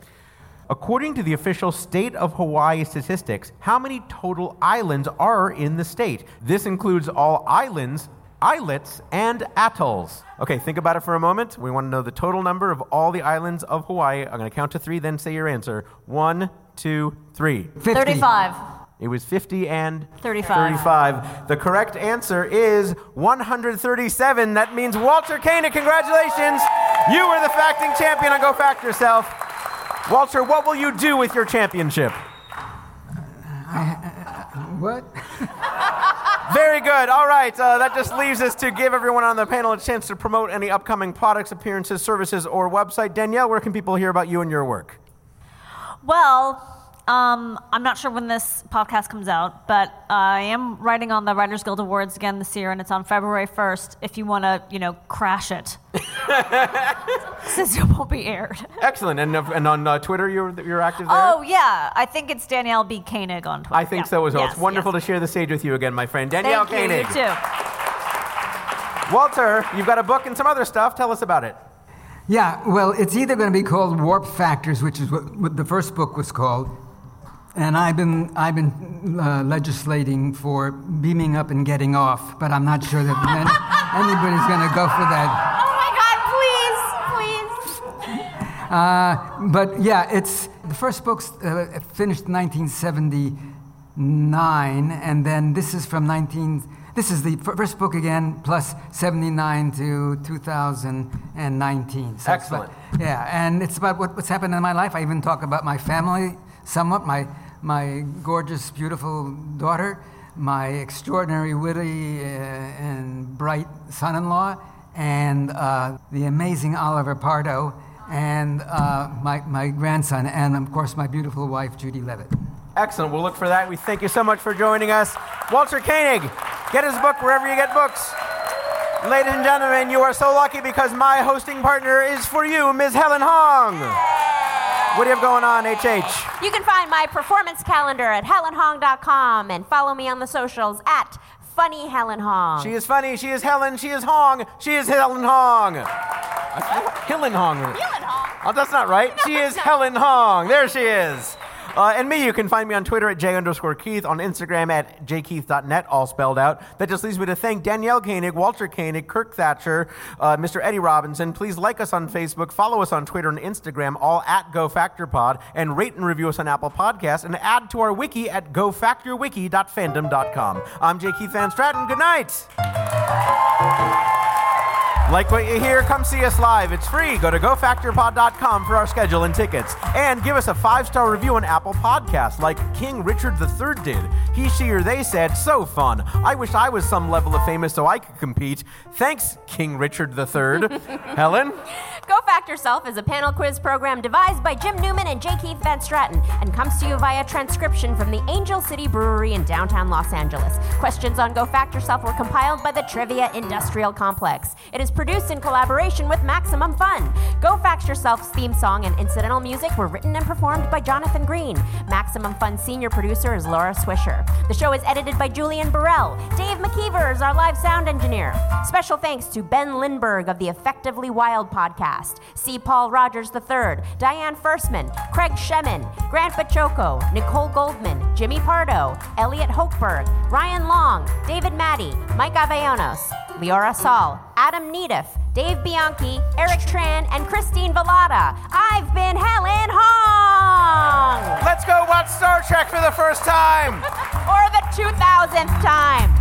According to the official State of Hawaii statistics, how many total islands are in the state? This includes all islands, islets, and atolls. Okay, think about it for a moment. We want to know the total number of all the islands of Hawaii. I'm going to count to three, then say your answer. One, two, three.
35.
It was 50 and
35.
35. The correct answer is 137. That means Walter Kana, congratulations. You were the facting champion on Go Fact Yourself. Walter, what will you do with your championship?
What?
Very good. All right. Uh, that just leaves us to give everyone on the panel a chance to promote any upcoming products, appearances, services, or website. Danielle, where can people hear about you and your work?
Well, um, I'm not sure when this podcast comes out, but I am writing on the Writers Guild Awards again this year, and it's on February 1st. If you want to, you know, crash it, since it won't be aired.
Excellent. And, uh, and on uh, Twitter, you're, you're active there?
Oh yeah, I think it's Danielle B. Koenig on Twitter.
I think
Yeah.
so as well.
Yes,
it's wonderful to share the stage with you again, my friend.
yes.
Danielle
Thank you,
Koenig.
You too.
Walter, you've got a book and some other stuff. Tell us about it.
Yeah, well, it's either going to be called Warp Factors, which is what, what the first book was called, and I've been I've been uh, legislating for beaming up and getting off, but I'm not sure that any, anybody's going to
Oh
Oh my God,
go for that.
please, please.
Uh, but yeah, it's the first book's uh, finished 1979, and then this is from 19. This is the fir- first book again, plus 79 to 2019. So it's about-
Excellent.
yeah, and it's about what, what's happened in my life. I even talk about my family somewhat, my my gorgeous, beautiful daughter, my extraordinary, witty, uh, and bright son-in-law, and uh, the amazing Oliver Pardo, and uh, my my grandson, and of course my beautiful wife Judy Levitt.
Excellent. We'll look for that. We thank you so much for joining us. Walter Koenig, get his book wherever you get books. Ladies and gentlemen, you are so lucky because my hosting partner is for you, Ms. Helen Hong. What do you have going on, HH?
You can find my performance calendar at helenhong.com and follow me on the socials at funny Helen Hong.
She is funny, she is Helen, she is Hong, she is Helen Hong. Helen Hong. Oh, that's not right. She is Helen Hong. There she is. Uh, and me, you can find me on Twitter at J underscore Keith, on Instagram at jkeith.net, all spelled out. That just leaves me to thank Danielle Koenig, Walter Koenig, Kirk Thatcher, uh, Mr. Eddie Robinson. Please like us on Facebook, follow us on Twitter and Instagram, all at GoFactorPod, and rate and review us on Apple Podcasts, and add to our wiki at gofactorwiki.fandom.com. I'm J. Keith Van Stratton. Good night. Like what you hear? Come see us live. It's free. Go to gofactorpod.com for our schedule and tickets. And give us a five star review on Apple Podcasts, like King Richard III did. He, she, or they said, So fun. I wish I was some level of famous so I could compete. Thanks, King Richard III. Helen?
Go Fact Yourself is a panel quiz program devised by Jim Newman and J. Keith Van Stratton and comes to you via transcription from the Angel City Brewery in downtown Los Angeles. Questions on Go Fact Yourself were compiled by the Trivia Industrial Complex. It is produced in collaboration with Maximum Fun. Go Fact Yourself's theme song and incidental music were written and performed by Jonathan Green. Maximum Fun senior producer is Laura Swisher. The show is edited by Julian Burrell. Dave McKeever is our live sound engineer. Special thanks to Ben Lindbergh of the Effectively Wild podcast, C. Paul Rogers III, Diane Firstman, Craig Shemin, Grant Pachoco, Nicole Goldman, Jimmy Pardo, Elliot Hochberg, Ryan Long, David Matty, Mike Avellanos, Leora Saul, Adam Nediff, Dave Bianchi, Eric Tran, and Christine Velada. I've been Helen Hong!
Let's go watch Star Trek for the first time.
Or the 2000th time!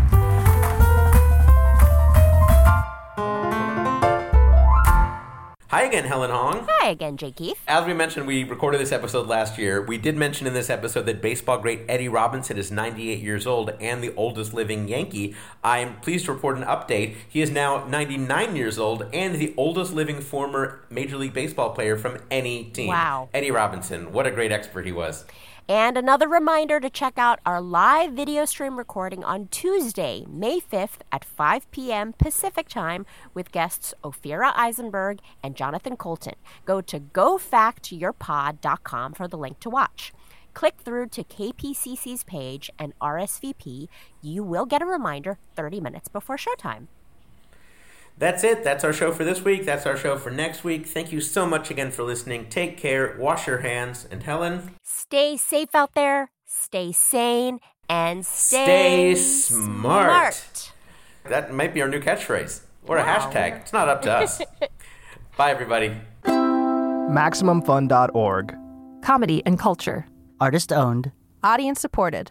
Hi again, Helen Hong.
Hi again, Jake Keith.
As we mentioned, we recorded this episode last year. We did mention in this episode that baseball great Eddie Robinson is 98 years old and the oldest living Yankee. I am pleased to report an update. He is now 99 years old and the oldest living former Major League Baseball player from any team.
Wow.
Eddie Robinson, what a great expert he was.
And another reminder to check out our live video stream recording on Tuesday, May 5th at 5 p.m. Pacific Time with guests Ophira Eisenberg and Jonathan Colton. Go to gofactyourpod.com for the link to watch. Click through to KPCC's page and RSVP. You will get a reminder 30 minutes before showtime.
That's it. That's our show for this week. That's our show for next week. Thank you so much again for listening. Take care, wash your hands, and Helen,
Stay safe out there, stay sane, and
stay
stay,
smart.
smart.
That might be our new catchphrase or a hashtag. It's not up to us. Bye, everybody.
MaximumFun.org.
Comedy and culture.
Artist owned.
Audience supported.